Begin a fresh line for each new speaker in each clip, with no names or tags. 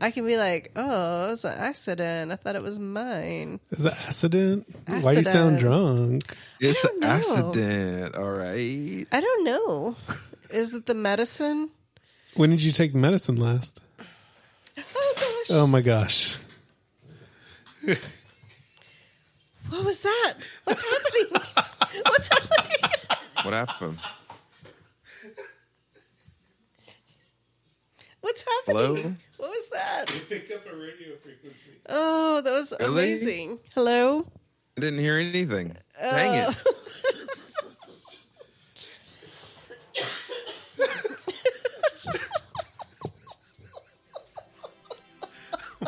I can be like, oh, it was an accident. I thought it was mine.
Is that accident? Why do you sound
Accident.
drunk?
I
It's
don't
an
know.
accident, all right.
I don't know. Is it the medicine?
When did you take medicine last?
Oh gosh,
Oh my gosh.
what was that? What's happening? What's happening?
What happened?
What's happening?
Hello?
What was that?
Picked up a radio frequency.
Oh, that was
Really?
amazing. Hello.
I didn't hear anything.
Uh.
Dang it.
Oh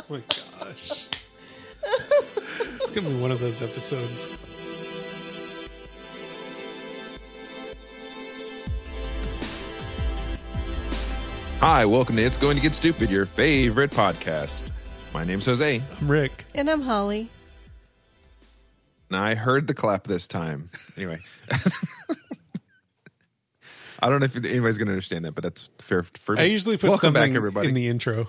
my gosh. it's gonna be one of those episodes.
Hi, welcome to It's Going to Get Stupid, your favorite podcast. My name's Jose,
I'm Rick.
And I'm Holly.
and I heard the clap this time. Anyway, I don't know if anybody's going to understand that, but that's fair for me.
I usually put
welcome
something
back, everybody.
in the intro.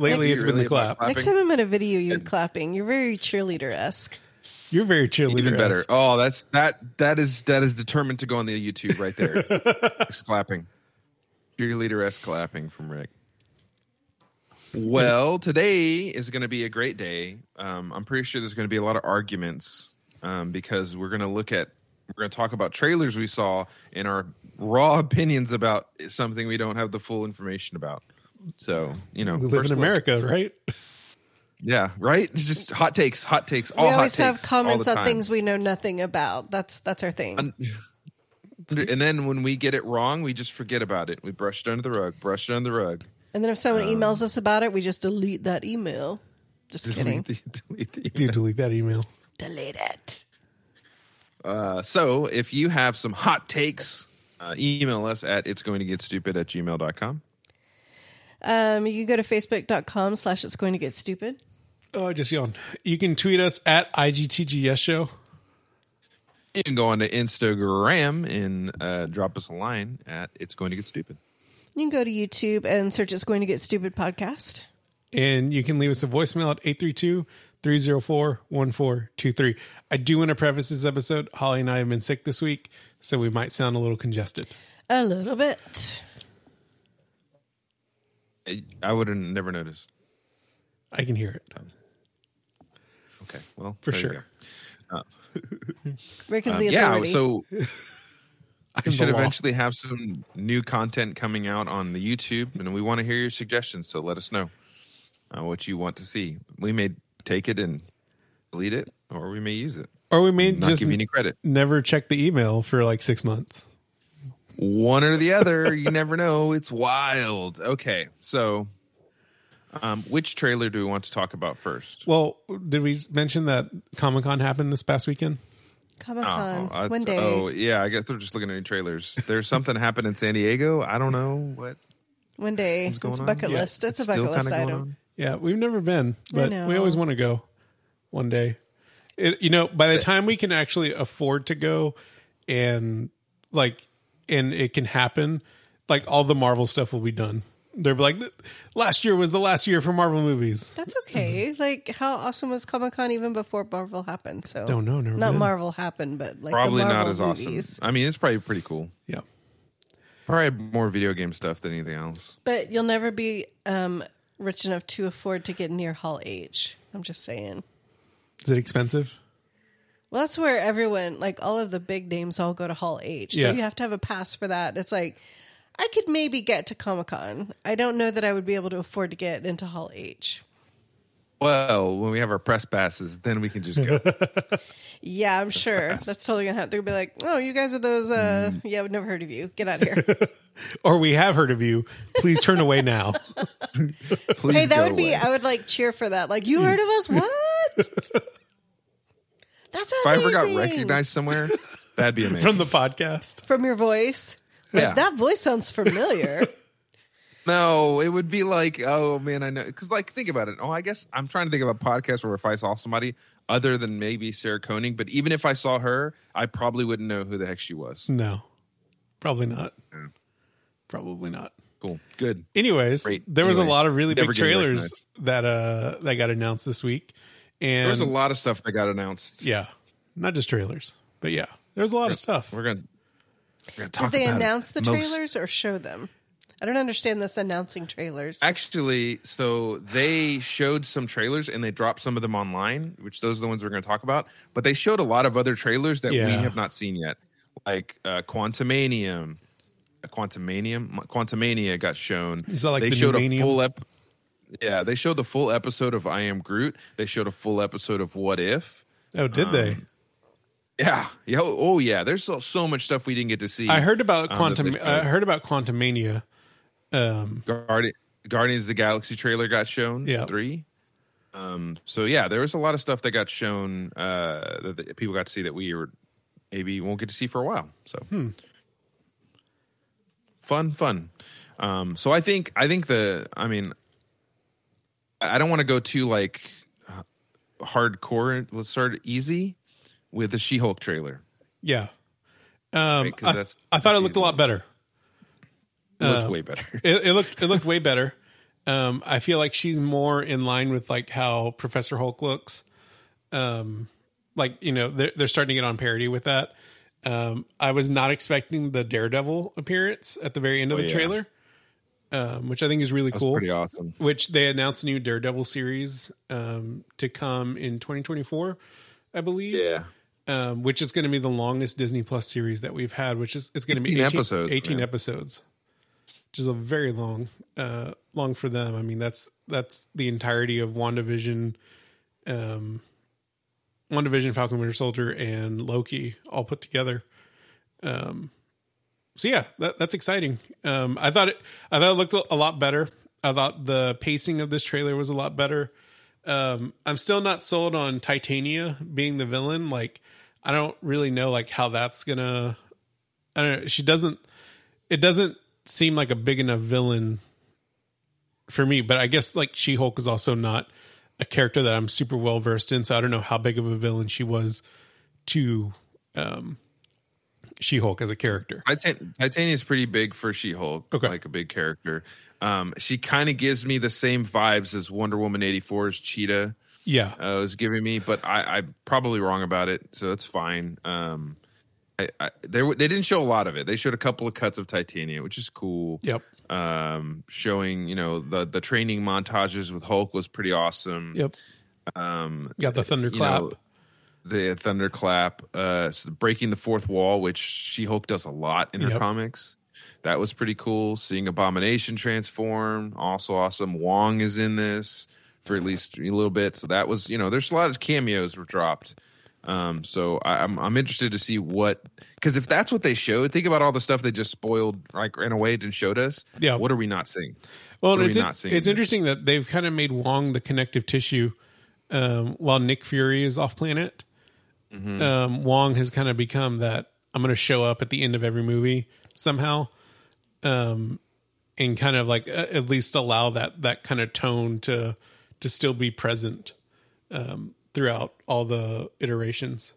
Lately,
Maybe
it's
you
been
really
the clap.
like
Next
Clapping.
time I'm in a video, you're clapping. You're very cheerleader esque.
You're very cheerleader.
Even better. Oh, that's that. That is that is determined to go on the YouTube right there. It's clapping, cheerleader s clapping from Rick. Well, today is going to be a great day. Um, I'm pretty sure there's going to be a lot of arguments um, because we're going to look at we're going to talk about trailers we saw and our raw opinions about something we don't have the full information about. So you know,
We live
first
in
look.
America, right?
yeah, right. It's just hot takes, hot takes. All
we
hot
always have
takes all
comments
the
on
time.
things we know nothing about. That's that's our thing.
Un- and then when we get it wrong, we just forget about it. We brush it under the rug, brush it under the rug.
and then if someone
um,
emails us about it, we just delete that email. Just kidding.
Delete the, delete the
Do you delete that email?
delete it.
Uh, so if you have some hot takes, uh, email us at it's going to get stupid at gmail.com.
Um, you can go to facebook.com slash it's going to get stupid.
Oh, I just yawned. You can tweet us at IGTGS show.
You can go on to Instagram and uh, drop us a line at it's going to get stupid.
You can go to YouTube and search it's going to get stupid podcast.
and you can leave us a voicemail at 832-304-1423. I do want to preface this episode. Holly and I have been sick this week, so we might sound a little congested.
A little bit.
I, I would have never noticed.
I can hear it.
Okay, well,
For
there you
sure.
Rick is
go.
the
Um, Yeah,
authority.
so
I
we should eventually have some new content coming out on the YouTube, and we want to hear your suggestions. So let us know uh, what you want to see. We may take it and delete it, or we may use it.
Or we may
Not
just
give you any credit.
never check the email for like six months.
One or the other. you never know. It's wild. Okay, so um, which trailer do we want to talk about first?
Well, did we mention that Comic Con happened this past weekend?
Comic
Oh,
Con
I-
Uh, um, one day.
Oh, yeah. I guess they're just looking at new trailers. There's something happened in San Diego. I don't know what.
One day.
What's going
It's a
on?
bucket
Yeah.
list. It's, a
still
bucket list
kinda going
item.
on.
Yeah, we've never been, but we
know.
always want to go one day. It, you know, by the time we can actually afford to go and like and it can happen, like all the Marvel stuff will be done. They're like last year was the last year for Marvel movies.
That's
Mm-hmm.
okay. Like, how awesome was Comic Con even before Marvel happened? So
Don't know, never
Not
been.
Marvel happened, but like
Probably
the Marvel
not as
movies.
awesome. I mean, it's probably pretty cool.
Yeah.
Probably more video game stuff than anything else.
But you'll never be um, rich enough to afford to get near Hall H. I'm just saying.
Is it expensive?
Well, that's where everyone, like all of the big names, all go to Hall H.
Yeah.
So you have to have a pass for that. It's like I could maybe get to Comic Con. I don't know that I would be able to afford to get into Hall H.
Well, when we have our press passes, then we can just go.
Yeah, I'm sure that's totally gonna happen. They're gonna be like, "Oh, you guys are those? uh
Mm.
Yeah, I've never heard of you. Get out of here."
Or we have heard of you. Please turn away now.
Please
hey, that
go
would be.
away.
I would like cheer for that. Like, you heard of us? What? that's
if I ever
amazing.
got recognized somewhere, that'd be amazing.
From the podcast.
from your voice. Like,
Yeah.
That voice sounds familiar.
no, it would be like, oh man, I know. Because like, think about it. Oh, I guess I'm trying to think of a podcast where if I saw somebody other than maybe Sarah Koenig, but even if I saw her, I probably wouldn't know who the heck she was.
No. Probably not. Probably not.
Cool. Good.
Anyways,
Great.
there was
Anyway,
a lot of really
never
big
getting
trailers
recognized.
that uh that got announced this week. And
There was a lot of stuff that got announced.
yeah, not just trailers, but yeah, there was a lot of stuff.
We're gonna. We're gonna
Did
talk
they
about it
announce the
most.
trailers or show them? I don't understand this announcing trailers.
Actually, so they showed some trailers and they dropped some of them online, which those are the ones we're going to talk about. But they showed a lot of other trailers that we
Yeah.
have not seen yet, like uh, Quantumanium. Uh, Quantumanium, Quantumania got shown.
Is that like
they
the new
showed a
Manium?
full ep- Yeah, they showed the full episode of I Am Groot. They showed a full episode of What If.
Oh, did they?
Yeah, yeah. Oh, oh, yeah. There's so, so much stuff we didn't get to see.
I heard about
um,
quantum.
that they
I
showed.
heard about Quantumania.
Guardi- Guardians of the Galaxy trailer got shown.
Yeah.
three. Um. So yeah, there was a lot of stuff that got shown uh, that, that people got to see that we were maybe won't get to see for a while. So
Hmm.
fun, fun. Um. So I think I think the I mean, I I don't want to go too like uh, hardcore. Let's start easy with the She-Hulk trailer.
Yeah. Um,
Right, 'cause
I, uh,
that's-
I thought it looked a lot better.
It looks way better.
It, it looked it looked way better. Um, I feel like she's more in line with like how Professor Hulk looks. Um, like you know they're they're starting to get on parity with that. Um, I was not expecting the Daredevil appearance at the very end of
Oh,
the
yeah.
trailer, um, which I think is really
That's
cool.
pretty awesome.
Which they announced a new Daredevil series um, to come in 2024, I believe
Yeah.
um, which is going to be the longest Disney Plus series that we've had, which is it's going to be
18
18
episodes,
episodes, 18
man.
episodes, which is a very long, uh, long for them. I mean, that's that's the entirety of WandaVision, um, WandaVision, Falcon Winter Soldier, and Loki all put together. Um, so yeah, that, that's exciting. Um, I thought it, I thought it looked a lot better. I thought the pacing of this trailer was a lot better. Um, I'm still not sold on Titania being the villain. Like, I don't really know like how that's gonna. I don't know. She doesn't. It doesn't seem like a big enough villain for me. But I guess like She Hulk is also not a character that I'm super well versed in. So I don't know how big of a villain she was to um, She Hulk as a character.
Titan- Titania is pretty big for She-Hulk,
Okay.
like a big character. Um, she kind of gives me the same vibes as Wonder Woman 84's Cheetah
Yeah.
uh, was giving me, but I, I'm probably wrong about it, so that's fine. Um, I, I, they were- they didn't show a lot of it. They showed a couple of cuts of Titania, which is cool.
Yep.
Um, showing you know the the training montages with Hulk was pretty awesome.
Yep.
Um,
Got the thunderclap.
know, the thunderclap uh s- breaking the fourth wall which she-hulk does a lot in her
Yep.
comics that was pretty cool seeing abomination transform also awesome wong is in this for at least a little bit so that was you know there's a lot of cameos were dropped um so I, i'm i'm interested to see what because if that's what they showed think about all the stuff they just spoiled like ran away and showed us
Yeah.
what are we not seeing
Well,
What are
it's
we not seeing
it's
yet?
interesting that they've kind of made Wong the connective tissue, um, while Nick Fury is off planet.
Mm-hmm.
Um, Wong has kind of become that I'm going to show up at the end of every movie somehow, um, and kind of like uh, at least allow that that kind of tone to to still be present um, throughout all the iterations.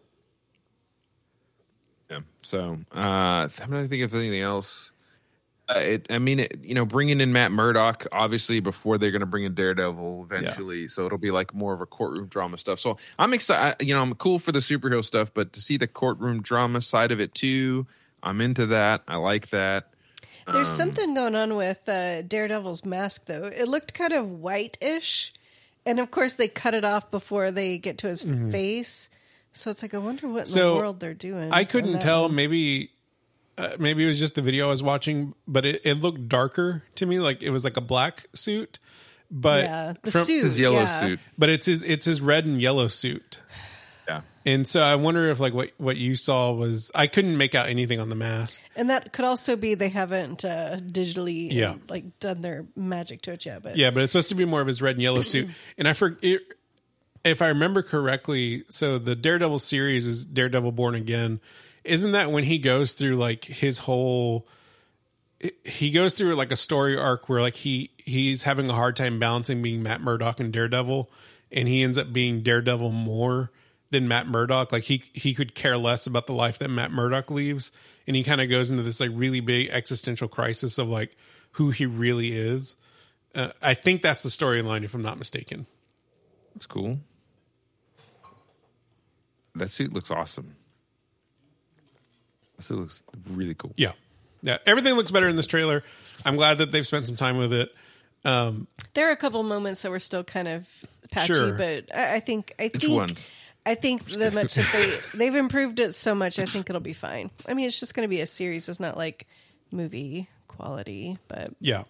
Yeah. So uh, I'm not thinking of anything else. Uh, it, I mean, it, you know, bringing in Matt Murdock obviously before they're going to bring in Daredevil eventually, so it'll be like more of a courtroom drama stuff. So I'm excited. You know, I'm cool for the superhero stuff, but to see the courtroom drama side of it too, I'm into that. I like that.
There's something going on with uh, Daredevil's mask, though. It looked kind of whitish, and of course they cut it off before they get to his face. So it's like I wonder what in
So,
the world they're doing.
I
on
couldn't
that
tell.
one.
Maybe, uh, maybe it was just the video I was watching, but it, it looked darker to me. Like it was like a black suit, but
Yeah, the
from-
suit.
His yellow
yeah.
suit.
But it's his it's his red and yellow suit,
Yeah.
and so I wonder if like what what you saw was I couldn't make out anything on the mask.
and that could also be they haven't uh, digitally uh,
Yeah.
like done their magic to it yet. But
Yeah, but it's supposed to be more of his red and yellow suit. And I for it, if I remember correctly, so the Daredevil series is Daredevil Born Again. Isn't that when he goes through like his whole he goes through like a story arc where like he he's having a hard time balancing being Matt Murdock and Daredevil and he ends up being Daredevil more than Matt Murdock like he he could care less about the life that Matt Murdock leaves and he kind of goes into this like really big existential crisis of like who he really is. Uh, I think that's the storyline, if I'm not mistaken.
That's cool. That suit looks awesome. That suit looks really cool.
Yeah, yeah. Everything looks better in this trailer. I'm glad that they've spent some time with it. Um,
There are a couple moments that were still kind of patchy,
Sure.
but I, I think I
Which
think
ones?
I think the much that they they've improved it so much. I think it'll be fine. I mean, it's just going to be a series. It's not like movie quality, but
yeah,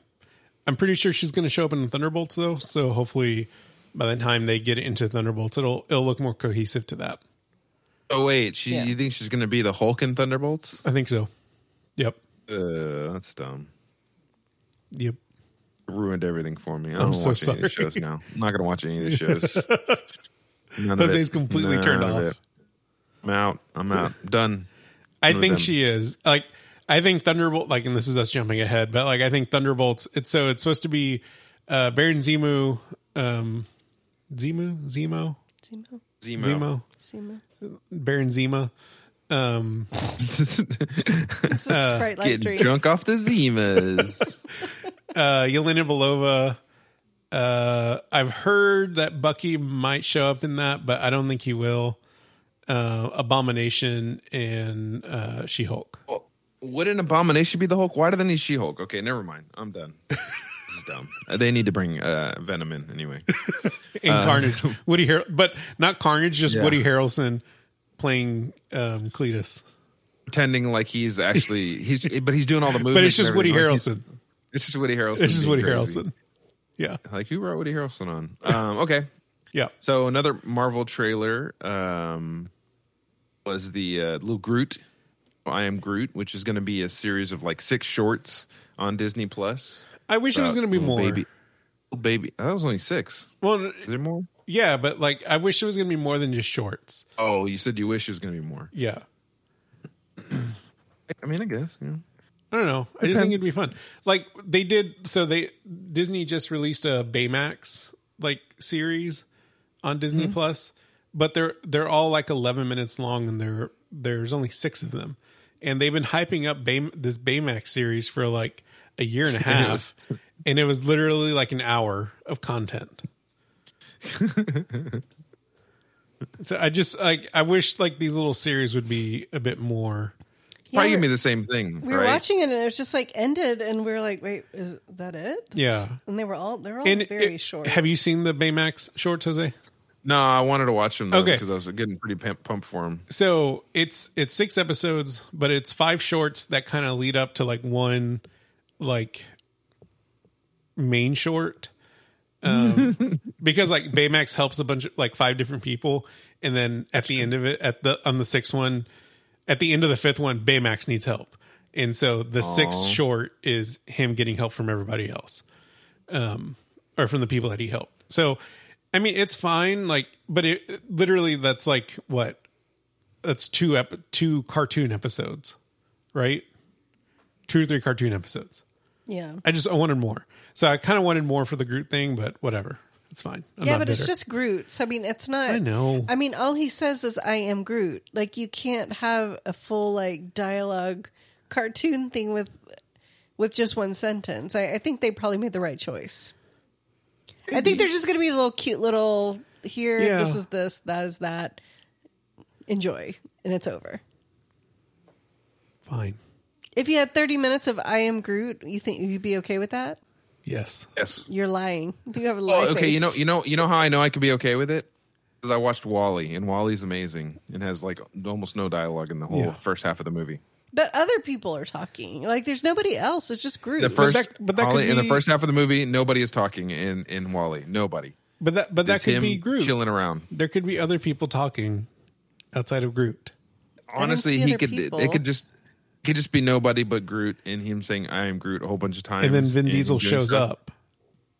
I'm pretty sure she's going to show up in Thunderbolts though. So hopefully, by the time they get into Thunderbolts, it'll it'll look more cohesive to that.
Oh wait, she,
Yeah.
you think she's gonna be the Hulk in Thunderbolts?
I think so. Yep.
Uh, that's dumb.
Yep.
Ruined everything for me. I don't
I'm so
watch any of these
sorry.
shows now. I'm not gonna watch any of these shows. None of
Jose's
it.
completely
None
turned
of
off.
it. I'm out. I'm out. Done.
I
with
think
them.
she is. Like I think Thunderbolt like and this is us jumping ahead, but like I think Thunderbolts it's so it's supposed to be uh Baron Zemo um Zemo Zemo
Zemo,
Zemo.
Zemo
Zemo.
Baron Zema um
It's a sprite like
Getting
drink.
drunk off the Zemas.
uh Yelena Belova uh I've heard that Bucky might show up in that, but I don't think he will. Uh Abomination and uh She-Hulk.
Well, Would Oh, an abomination be the Hulk? Why do they need She Hulk? Okay, never mind. I'm done. This is dumb. Uh, They need to bring uh, Venom in anyway.
and Carnage. Woody Har- but not Carnage, just
Uh, Yeah.
Woody Harrelson playing um, Cletus.
Pretending like he's actually he's, but he's doing all the movies.
But it's just Woody Harrelson.
It's just Woody Harrelson.
It's just
being
Woody
crazy.
Harrelson. Yeah,
Like who brought Woody Harrelson on? Um, okay,
yeah.
so another Marvel trailer um, was the uh, little Groot. I am Groot, which is going to be a series of like six shorts on Disney Plus.
I wish it was going to be
Uh, Little
more.
Baby, little baby. oh, That was only six.
Well,
Is there more?
yeah, but like I wish it was going to be more than just shorts.
Oh, you said you wish it was going to be more.
Yeah,
I mean, I guess. You know.
I don't know. I just think
Depends.
it'd be fun. Like they did. So they Disney just released a Baymax like series on Disney Plus, but they're they're all like eleven minutes long, and there there's only six of them, and they've been hyping up Bay, this Baymax series for like a year and a half, and it was literally like an hour of content. so I just like I wish like these little series would be a bit more.
Yeah,
Probably
we're-
gonna be the same thing,
we were
right?
watching it and it was just like ended, and we were like, "Wait, is that it?"
Yeah.
and they were all they're all
And
very
it-
short.
Have you seen the Baymax shorts, Jose?
no, I wanted to watch them though,
Okay.
because I was getting pretty pump- pumped for them.
So it's it's six episodes, but it's five shorts that kind of lead up to like one like main short. Um, because like Baymax helps a bunch of like five different people, and then at the end of it, at the on the sixth one, at the end of the fifth one, Baymax needs help, and so the sixth short is him getting help from everybody else. um, or from the people that he helped. So, I mean, it's fine. Like, but it literally that's like what that's two ep- two cartoon episodes, right? Two or three cartoon episodes.
yeah,
I just I wanted more. So I kind of wanted more for the Groot thing, but whatever. It's fine. I'm
yeah,
not
but it's
bitter.
just Groot. So I mean, it's not.
I know.
I mean, all he says is "I am Groot." Like you can't have a full like dialogue cartoon thing with with just one sentence. I, I think they probably made the right choice. I think they're just going to be a little cute little here.
Yeah.
This is this. That is that. Enjoy, and it's over.
fine.
If you had thirty minutes of "I am Groot," you think you'd be okay with that?
Yes.
Yes.
You're lying. You have a lie
Oh, okay,
face.
you know, you know, you know how I know I could be okay with it because I watched Wally, and Wally's amazing and has like almost no dialogue in the whole
Yeah.
first half of the movie.
but other people are talking. Like there's nobody else. It's just Groot.
The first,
that- but that could
Wall-E- in the
be-
first half of the movie, nobody is talking in in Wally. Nobody.
But that but that
It's
could
him
be Groot.
chilling around.
There could be other people talking outside of Groot.
don't
Honestly,
see
he
other
could.
people.
It could just. it Could just be nobody but Groot, and him saying "I am Groot" a whole bunch of times,
And then Vin
and
Diesel
doing
shows
stuff.
up.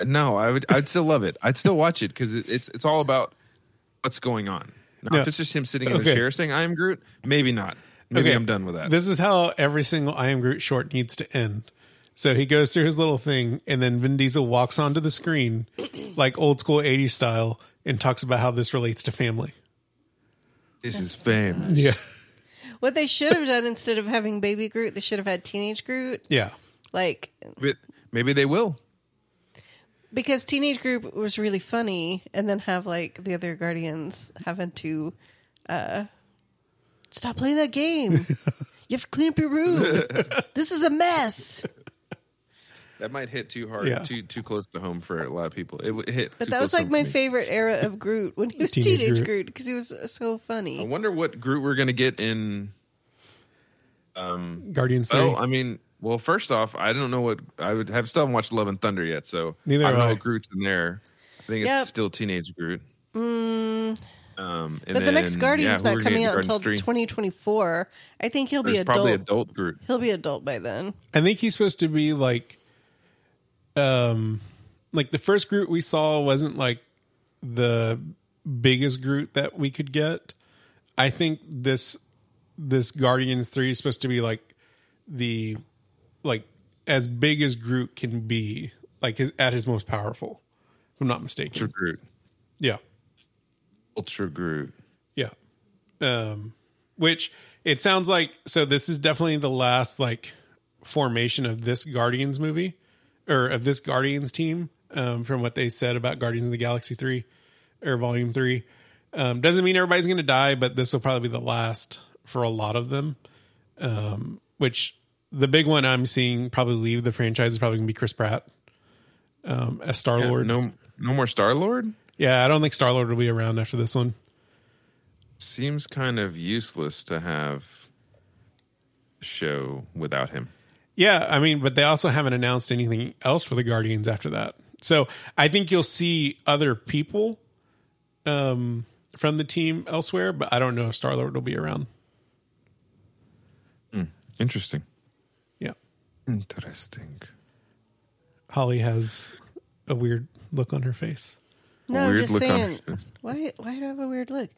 No, I would. I'd still love it. I'd still watch it because it, it's it's all about what's going on. Now,
No.
if it's just him sitting in
Okay.
a chair saying "I am Groot," maybe not. Maybe I'm done with that.
This is how every single I am Groot short needs to end. So he goes through his little thing, and then Vin Diesel walks onto the screen, like old school '80s style, and talks about how this relates to family.
this is fame.
Yeah,
What they should have done instead of having baby Groot, they should have had teenage Groot.
yeah,
Like
But, Maybe they will.
because Teenage Group was really funny, and then have like the other Guardians having to uh, stop playing that game. you have to clean up your room. this is a mess.
That might hit too hard,
Yeah.
too too close to home for a lot of people. It, w- it hit.
But
too
that was
close
like
home
my
for me.
favorite era of Groot when he was
Teenage
Teenage,
Groot.
Groot because he was so
I
funny.
wonder what Groot we're gonna get in.
Guardians.
Oh,
Day.
I mean, well, first off, I don't know what I would have. Still haven't watched Love and Thunder yet, so
Neither
I
have
don't know
I.
what Groot's in there. I think
Yep. Mm.
it's still teenage Groot. Um, and
But the next
then,
Guardian's
yeah, who
not
we're gonna
coming
get
out
Guardians
until
3.
2024. I think he'll
There's
be adult.
probably adult Groot.
He'll be adult by then.
I think he's supposed to be like, um, like the first Groot we saw wasn't like the biggest Groot that we could get. I think this this Guardians three is supposed to be like the like as big as Groot can be, like his at his most powerful. If I'm not mistaken.
Ultra Groot.
Yeah,
Ultra Groot.
yeah. Um, which it sounds like so this is definitely the last like formation of this Guardians movie or of this Guardians team um, from what they said about Guardians of the Galaxy 3 or Volume 3. Um, doesn't mean everybody's going to die, but this will probably be the last for a lot of them. Um, which the big one I'm seeing probably leave the franchise is probably going to be Chris Pratt um, as Star
Yeah,
Lord. Yeah,
No, no more Star Lord.
I don't think Star Lord will be around after this one.
Seems kind of useless to have a show without him.
Yeah, I mean, but they also haven't announced anything else for the Guardians after that. So I think you'll see other people um, from the team elsewhere, but I don't know if Star Lord will be around.
Interesting.
Yeah,
Interesting.
Holly has a weird look on her face.
No,
Weird
I'm just
look on
saying.
her face.
Why? Why do I have a weird look?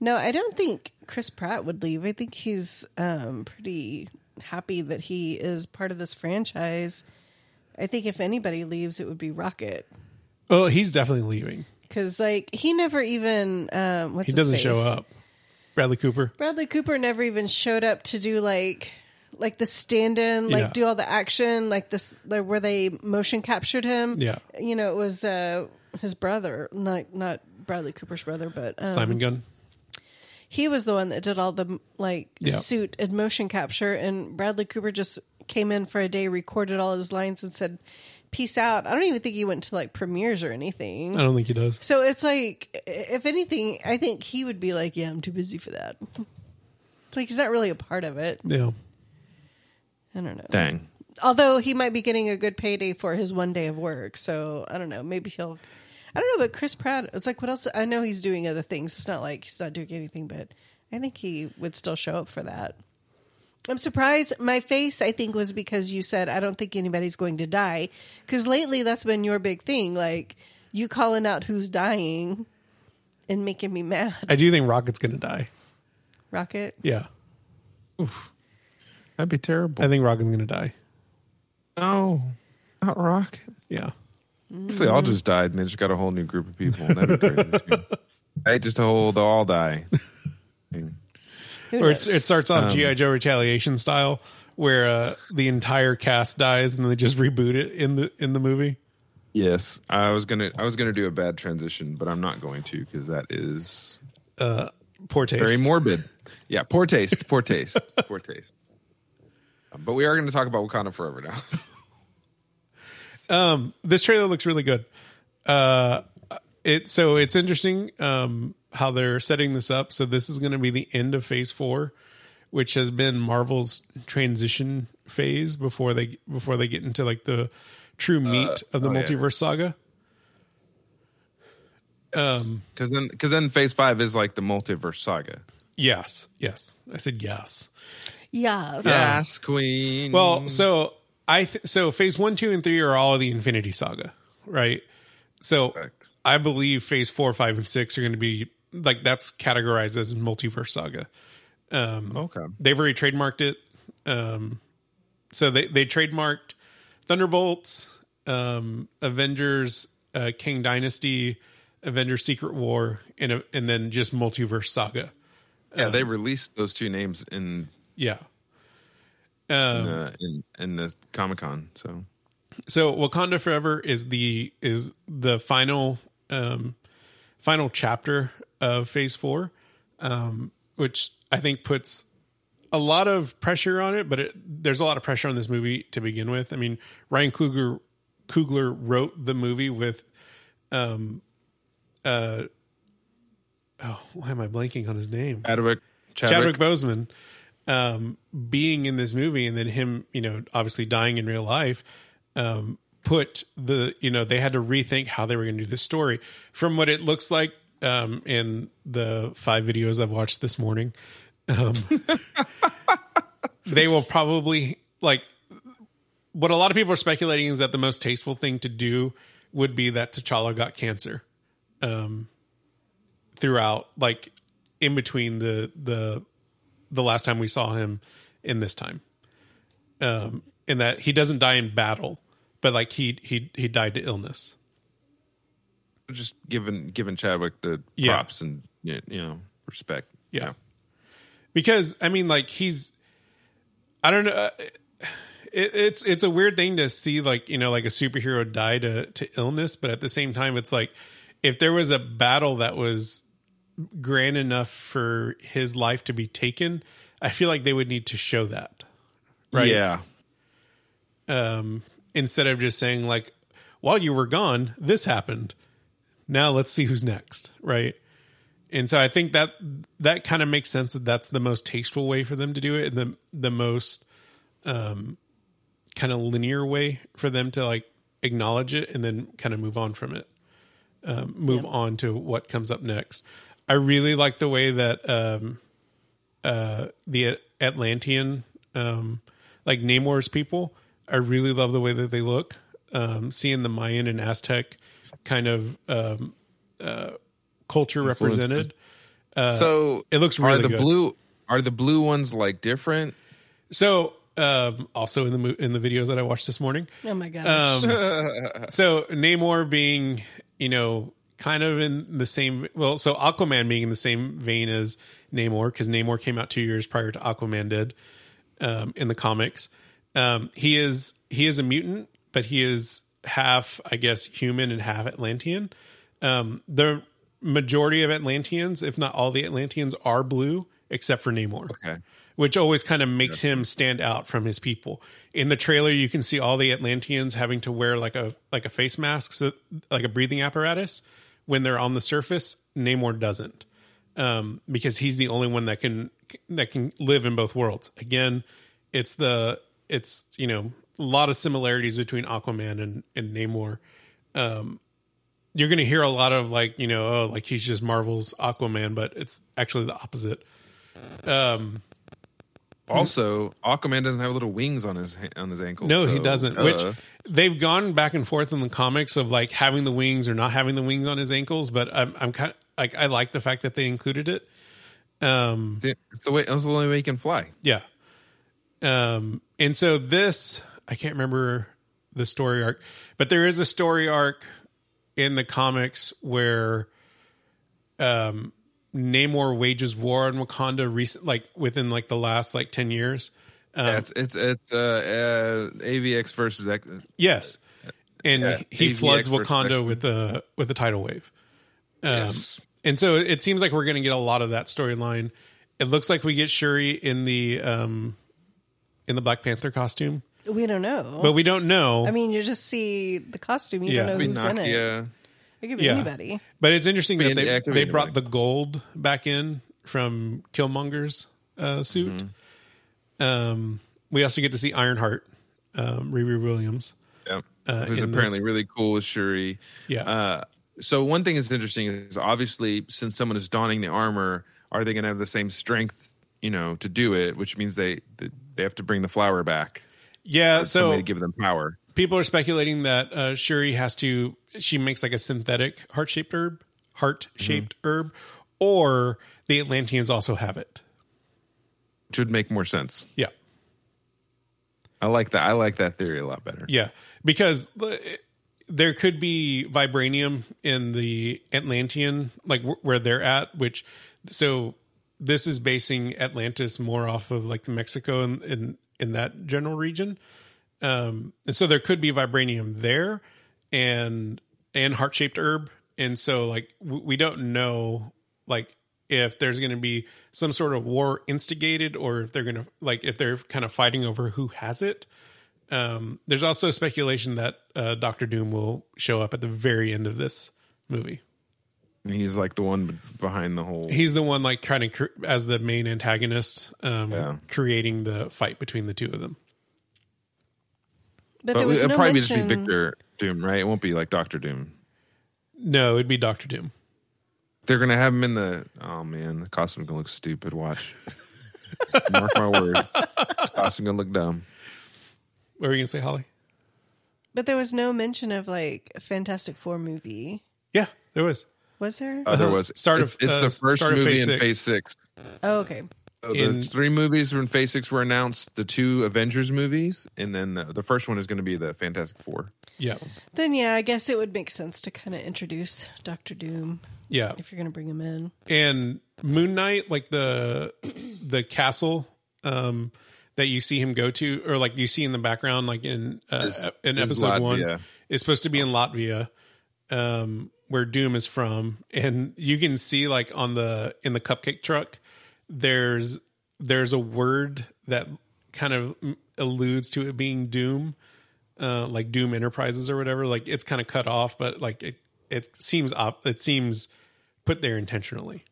No, I don't think Chris Pratt would leave. I think he's um, pretty happy that he is part of this franchise. I think if anybody leaves, it would be Rocket
Oh, he's definitely leaving.
because, like, he never even um, what's
He
his
doesn't
face?
show up. Bradley Cooper.
Bradley Cooper never even showed up to do like like the stand in, like
Yeah.
do all the action, like this like, where they motion captured him.
Yeah.
You know, it was uh his brother, not not Bradley Cooper's brother, but um,
Simon Gunn.
he was the one that did all the like
Yeah.
suit and motion capture and Bradley Cooper just came in for a day, recorded all his lines and said peace out. I don't even think he went to like premieres or anything.
I don't think he does.
So it's like, if anything, I think he would be like, "Yeah, I'm too busy for that." It's like he's not really a part of it.
Yeah.
I don't know.
Dang.
Although he might be getting a good payday for his one day of work, so I don't know. Maybe he'll. I don't know, but Chris Pratt. It's like what else? I know he's doing other things. It's not like he's not doing anything, but I think he would still show up for that. I'm surprised. My face, I think, was because you said I don't think anybody's going to die. Because lately, that's been your big thing, like you calling out who's dying and making me mad.
I do think Rocket's going to die.
Rocket.
Yeah.
That'd be terrible.
I think Rocket's going to die.
no, not Rocket.
Yeah.
If they all just died and they just got a whole new group of people, that'd be crazy. too. Hey, just a whole they all die.
Who
or it's,
knows?
it starts
Um,
off GI Joe retaliation style, where uh, the entire cast dies and they just reboot it in the in the movie.
yes, I was gonna I was gonna do a bad transition, but I'm not going to because that is
Poor taste.
very morbid. Yeah, poor taste, poor taste, poor taste. Um, But we are going to talk about Wakanda Forever now.
this trailer looks really good. Uh, it so it's interesting um, how they're setting this up. So this is going to be the end of Phase Four, which has been Marvel's transition phase before they before they get into like the true meat of the
oh, yeah.
multiverse saga. Um.
Because then, because then, Phase Five is like the multiverse saga.
Yes. Yes. I said yes.
yes.
Yes, Queen.
Well, Oh, so I th- so phase one, two, and three are all of the Infinity Saga, right? So
Correct.
I believe phase four, five, and six are going to be like that's categorized as multiverse saga.
okay.
They've already trademarked it. Um, so they they trademarked Thunderbolts, um, Avengers, uh, King Dynasty, Avengers Secret War, and a- and then just multiverse saga.
Yeah, they released those two names in
Yeah. Um,
uh, in in the Comic Con. So
so Wakanda Forever is the is the final um final chapter of phase 4 um which I think puts a lot of pressure on it but it, there's a lot of pressure on this movie to begin with. I mean, Ryan Coogler Coogler wrote the movie with um uh oh, why am I blanking on his name?
Chadwick,
Chadwick, Boseman um, being in this movie and then him, you know, obviously dying in real life, um, put the, you know, they had to rethink how they were going to do this story. From what it looks like um, in the five videos I've watched this morning, um, they will probably like what a lot of people are speculating is that the most tasteful thing to do would be that T'Challa got cancer throughout like in between the the the last time we saw him in this time um in that he doesn't die in battle but like he he he died to illness
just giving giving Chadwick the
Yeah.
props and you know respect.
Yeah. Because I mean, like he's, I don't know. uh, It, it's it's a weird thing to see, like you know, like a superhero die to to illness, but at the same time, it's like if there was a battle that was grand enough for his life to be taken, I feel like they would need to show that, right?
Yeah.
Um, instead of just saying like, while you were gone, this happened. Now let's see who's next, right? and so I think that that kind of makes sense that that's the most tasteful way for them to do it, and the the most um, kind of linear way for them to like acknowledge it and then kind of move on from it, um, move on to what comes up next. I really like the way that um, uh, the Atlantean, um, like Namor's people, I really love the way that they look. Um, seeing the Mayan and Aztec kind of um, uh, culture represented.
so
Uh, it looks
are
really
the
good. Mm-hmm.
blue are the blue ones like different?
So, um, also in the mo- in the videos that I watched this morning,
Oh my gosh.
so Namor being you know kind of in the same well, so Aquaman being in the same vein as Namor because Namor came out two years prior to Aquaman did um, in the comics. Um, he is he is a mutant, but he is half I guess human and half Atlantean. Um, the majority of Atlanteans, if not all the Atlanteans, are blue except for Namor.
Okay.
which always kind of makes him stand out from his people. In the trailer, you can see all the Atlanteans having to wear like a like a face mask, so, like a breathing apparatus, when they're on the surface. Namor doesn't, um, because he's the only one that can that can live in both worlds. Again, it's the it's you know a lot of similarities between Aquaman and and Namor Um, you're going to hear a lot of like you know oh like he's just Marvel's Aquaman, but it's actually the opposite.
Also, Aquaman doesn't have little wings on his ha- on his ankles.
No, he
so,
doesn't.
uh,
Which they've gone back and forth in the comics of like having the wings or not having the wings on his ankles, but I'm I'm kind of like I like the fact that they included it.
it's the way it's the only way he can fly.
Yeah. Um, and so this, I can't remember the story arc, but there is a story arc in the comics where um, Namor wages war on Wakanda recent, like within like the last like ten years.
yeah, it's it's it's uh, uh, AVX versus X.
um, Yes, and
Yeah,
he
AVX
floods
versus
Wakanda
X-Men.
with a with a tidal wave.
Yes.
And so it seems like we're going to get a lot of that storyline. It looks like we get Shuri in the um, in the Black Panther costume,
we don't know.
but we don't know.
I mean, you just see the costume. You
Yeah.
don't know
Be
who's in it.
Nakia.
It could be
Yeah.
anybody.
But it's interesting that
Being
they,
activated
they brought
by-
the gold back in from Killmonger's uh, suit.
Mm-hmm.
Um, we also get to see Ironheart, um, Riri Williams.
Yeah.
Uh,
Who's
in
apparently
this-
really cool with Shuri.
Yeah.
Uh, so one thing that's interesting is obviously since someone is donning the armor, are they going to have the same strength, you know, to do it? Which means they they- they have to bring the flower back.
yeah,
Some way
so
to give them power.
people are speculating that uh, Shuri has to she makes like a synthetic heart shaped herb, heart shaped
Mm-hmm.
herb, or the Atlanteans also have it.
Which would make more sense.
Yeah.
I like that. I like that theory a lot better.
Yeah, because uh, there could be vibranium in the Atlantean, like wh- where they're at. Which so this is basing Atlantis more off of like Mexico and in, in, that general region. Um, and so there could be vibranium there, and and heart shaped herb. And so like w- we don't know like if there's going to be some sort of war instigated or if they're going to like if they're kind of fighting over who has it. Um, there's also speculation that uh, Doctor Doom will show up at the very end of this movie.
And he's like the one b- behind the whole.
He's the one like kind of cr- as the main antagonist, um,
Yeah.
creating the fight between the two of them.
But,
but
there was
it'll
no
probably
mention.
just be Victor Doom, right? It won't be like Doctor Doom.
No, it'd be Doctor Doom.
They're gonna have him in the. Oh man, the costume's gonna look stupid. Watch. Mark my words. Costume's gonna look dumb.
What were you gonna say, Holly?
But there was no mention of like a Fantastic Four movie.
Yeah, there was.
Was there?
Uh, there was
Uh-huh. Start of-
it's- it's
uh,
the first
start of
movie
Phase
in
Six.
Phase Six.
oh, okay.
So
In-
the three movies from Phase Six were announced. The two Avengers movies, and then the, the first one is going to be the Fantastic Four.
Yeah,
Then yeah, I guess it would make sense to kind of introduce Doctor Doom
yeah.
if you're going to bring him in.
And Moon Knight, like the the castle um, that you see him go to, or like you see in the background, like in uh,
Is-
in
is
episode one,
Latvia.
is supposed to be in Latvia, um, where Doom is from, and you can see like on the in the cupcake truck, there's there's a word that kind of alludes to it being Doom. uh, like Doom Enterprises or whatever, like it's kind of cut off, but like it it seems op- it seems put there intentionally.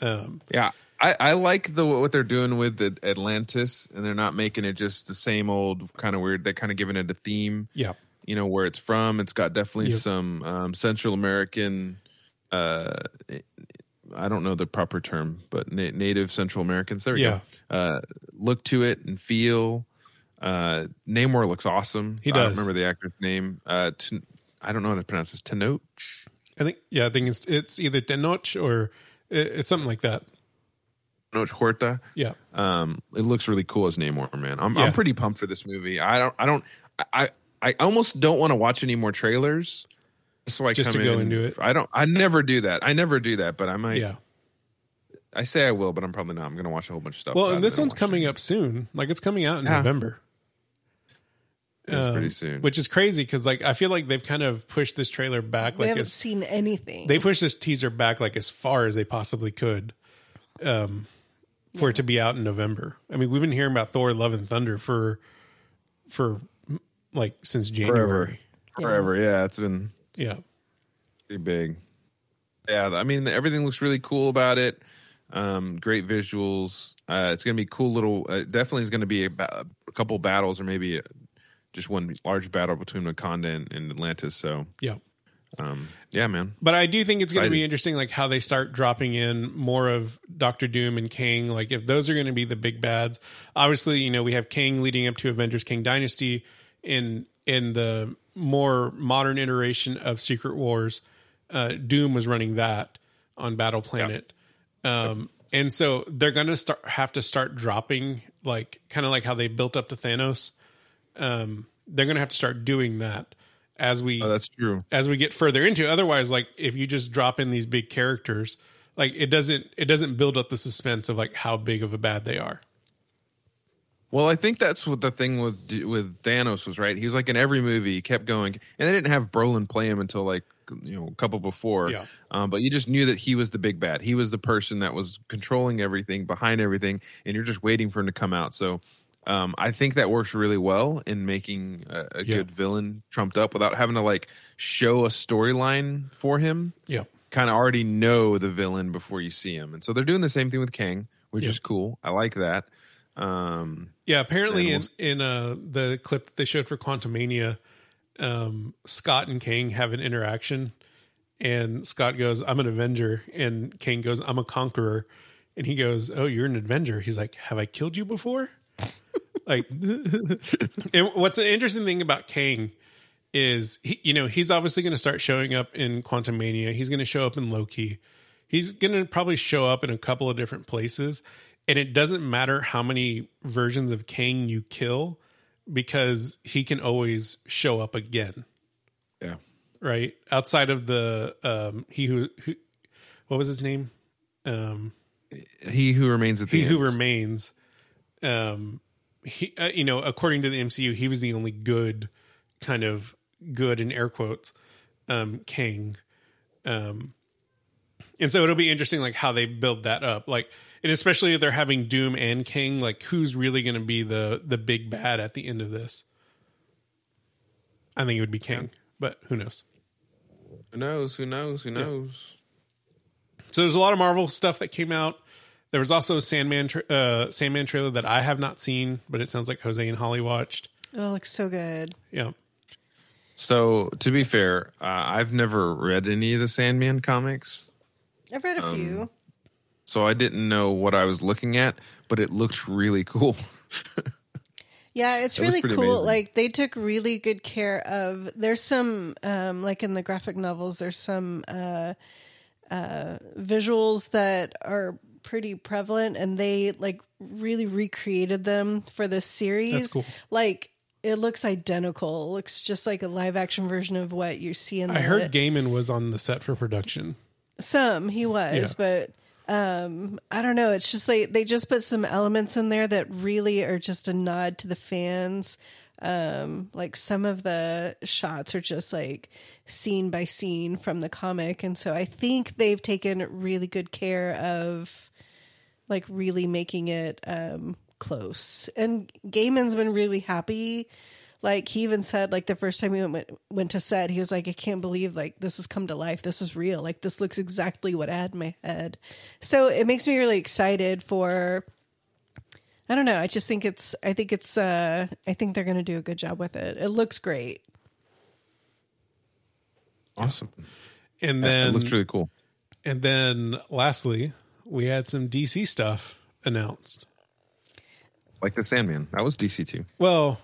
Yeah, I, I like the what they're doing with the Atlantis, and they're not making it just the same old kind of weird. They're kind of giving it a theme.
Yeah,
you know where it's from. It's got definitely
Yep.
some um, Central American. Uh, I don't know the proper term, but na- Native Central Americans. There we
Yeah.
go. Uh, look to it and feel. Uh, Namor looks awesome.
He
I don't
does.
remember the actor's name. Uh, T- I don't know how to pronounce this. Tenoch.
I think yeah, I think it's it's either Tenoch or it, it's something like that.
Tenoch Huerta.
Yeah,
um it looks really cool as namor man i'm,
Yeah.
I'm pretty pumped for this movie i don't i don't i i almost don't want to watch any more trailers so i
Just
come
to go
in and-
into it.
i don't i never do that i never do that but i might
yeah.
i say i will but i'm probably not i'm gonna watch a whole bunch of stuff
Well, and this one's coming up soon. Like it's coming out in
Yeah.
November.
It's
um,
pretty soon
which is crazy because like I feel like they've kind of pushed this trailer back.
we
Like
haven't
as,
seen anything.
they pushed this teaser back like as far as they possibly could, um, for it to be out in November. I mean, we've been hearing about Thor: Love and Thunder for for like since January.
forever yeah it's been
Yeah,
pretty big. Yeah, I mean everything looks really cool about it. Um, great visuals. Uh, it's gonna be cool little. Uh, definitely is gonna be a, ba- a couple battles or maybe uh just one large battle between Wakanda and, and Atlantis. So
yeah.
um, yeah, man.
But I do think it's going to be
Exciting.
interesting, like how they start dropping in more of Doctor Doom and Kang. Like if those are going to be the big bads, obviously, you know, we have Kang leading up to Avengers King Dynasty in in the more modern iteration of Secret Wars. Uh, Doom was running that on Battle Planet, um, and so they're going to start have to start dropping like kind of like how they built up to Thanos. Um, they're going to have to start doing that as we
Oh, that's true.
as we get further into otherwise like if you just drop in these big characters like it doesn't it doesn't build up the suspense of like how big of a bad they are
Well, I think that's what the thing with with Thanos was right. He was like in every movie, he kept going, and they didn't have Brolin play him until like you know a couple before.
Yeah.
Um, but you just knew that he was the big bad. He was the person that was controlling everything, behind everything, and you're just waiting for him to come out. So. Um, I think that works really well in making a, a
Yeah.
good villain trumped up without having to like show a storyline for him.
yeah
kind of already know the villain before you see him. And so they're doing the same thing with Kang, which
Yeah.
is cool. I like that. Um,
yeah apparently in
Animals.
in uh the clip that they showed for quantumania um scott and kang have an interaction and scott goes i'm an avenger and kang goes i'm a conqueror and he goes oh you're an avenger he's like have i killed you before like and what's an interesting thing about kang is he, you know he's obviously going to start showing up in quantum mania he's going to show up in loki he's going to probably show up in a couple of different places and it doesn't matter how many versions of kang you kill because he can always show up again
yeah.
right outside of the um he who, who what was his name um
He who remains at the
he who
end.
remains um he, uh, you know, according to the MCU, he was the only good kind of good in air quotes um, king. Um, and so it'll be interesting, like how they build that up, like, and especially if they're having Doom and King, like who's really going to be the the big bad at the end of this? I think it would be King, but who knows?
Who knows? Who knows? Who knows?
So there's a lot of Marvel stuff that came out. There was also a Sandman tra- uh, Sandman trailer that I have not seen, but it sounds like Jose and Holly watched.
Oh, it looks so good.
Yeah,
So to be fair, uh, I've never read any of the Sandman comics,
I've read a few.
so I didn't know what I was looking at, but it looked really cool.
Yeah, it's
That was
really cool.
pretty amazing.
Like they took really good care of. There's some um, like in the graphic novels. There's some uh, uh, visuals that are pretty prevalent, and they like really recreated them for this series.
cool.
Like it looks identical. It looks just like a live action version of what you see in. The
I heard Gaiman was on the set for production.
some he was, but um I don't know. It's just like they just put some elements in there that really are just a nod to the fans. Um, like some of the shots are just like scene by scene from the comic, and so I think they've taken really good care of like really making it um close. And Gaiman's been really happy. Like he even said, like the first time he went went to set, he was like, "I can't believe like this has come to life. This is real. Like this looks exactly what I had in my head." So it makes me really excited for. I don't know. I just think it's. I think it's. uh I think they're going to do a good job with it. It looks great.
awesome.
And
it
then
looked really cool.
And then lastly, we had some DC stuff announced.
Like the Sandman. That was DC too.
Well,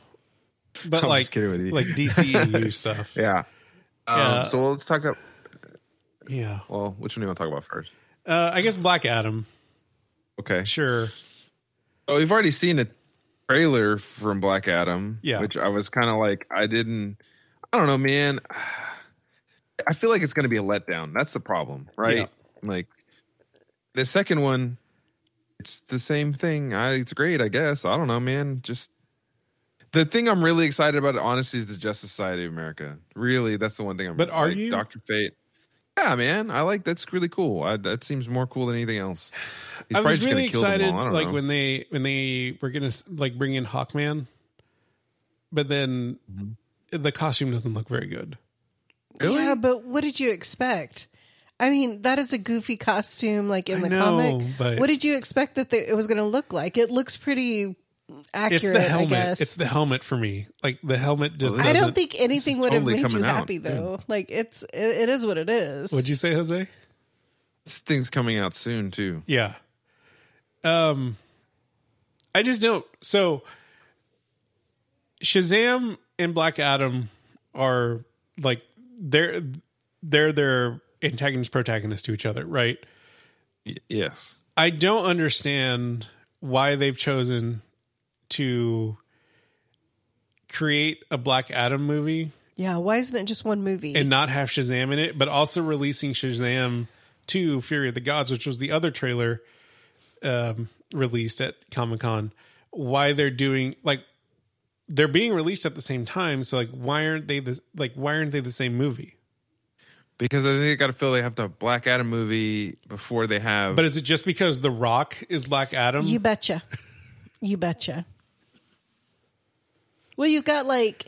but
I'm
like
just kidding with you.
like DCEU stuff.
Yeah. Um,
Yeah.
So let's talk about.
Yeah.
Well, which one do you want to talk about first?
Uh, I guess Black Adam.
Okay.
Sure.
Oh, we've already seen a trailer from Black Adam.
Yeah.
Which I was kind of like, I didn't. I don't know, man. I feel like it's going to be a letdown. That's the problem, right? Like the second one, it's the same thing. I, it's great, I guess. I don't know, man. Just the thing I'm really excited about, honestly, is the Justice Society of America. Really, that's the one thing I'm.
But are
like,
you?
Doctor Fate? Yeah, man. I like that's really cool. I, that seems more cool than anything else. He's
I
probably
was
just gonna
really
kill them all.
excited,
I don't
like
know.
when they when they were gonna like bring in Hawkman, but then
Mm-hmm.
the costume doesn't look very good.
Really?
Yeah, but what did you expect? I mean, that is a goofy costume, like in
I
the
know,
comic.
but-
What did you expect that the, it was going to look like? It looks pretty accurate.
It's the
I guess
helmet. It's the helmet for me. Like the helmet just.
Well,
I
doesn't-
don't think anything would have
totally
made you
coming out,
happy though. Like it's it, it is what it is.
Would you say Jose?
This thing's coming out soon too.
Yeah. Um I just don't. So Shazam and Black Adam are like they're they're their antagonist protagonist to each other, right?
Y- yes.
I don't understand why they've chosen to create a Black Adam movie
yeah, why isn't it just one movie?
and not have Shazam in it, but also releasing Shazam 2 Fury of the Gods, which was the other trailer um, released at Comic Con. Why they're doing like they're being released at the same time, so like why aren't they the like why aren't they the same movie?
Because I think they got to feel they have to have Black Adam movie before they have.
But is it just because The Rock is Black Adam?
you betcha. You betcha. Well, you've got like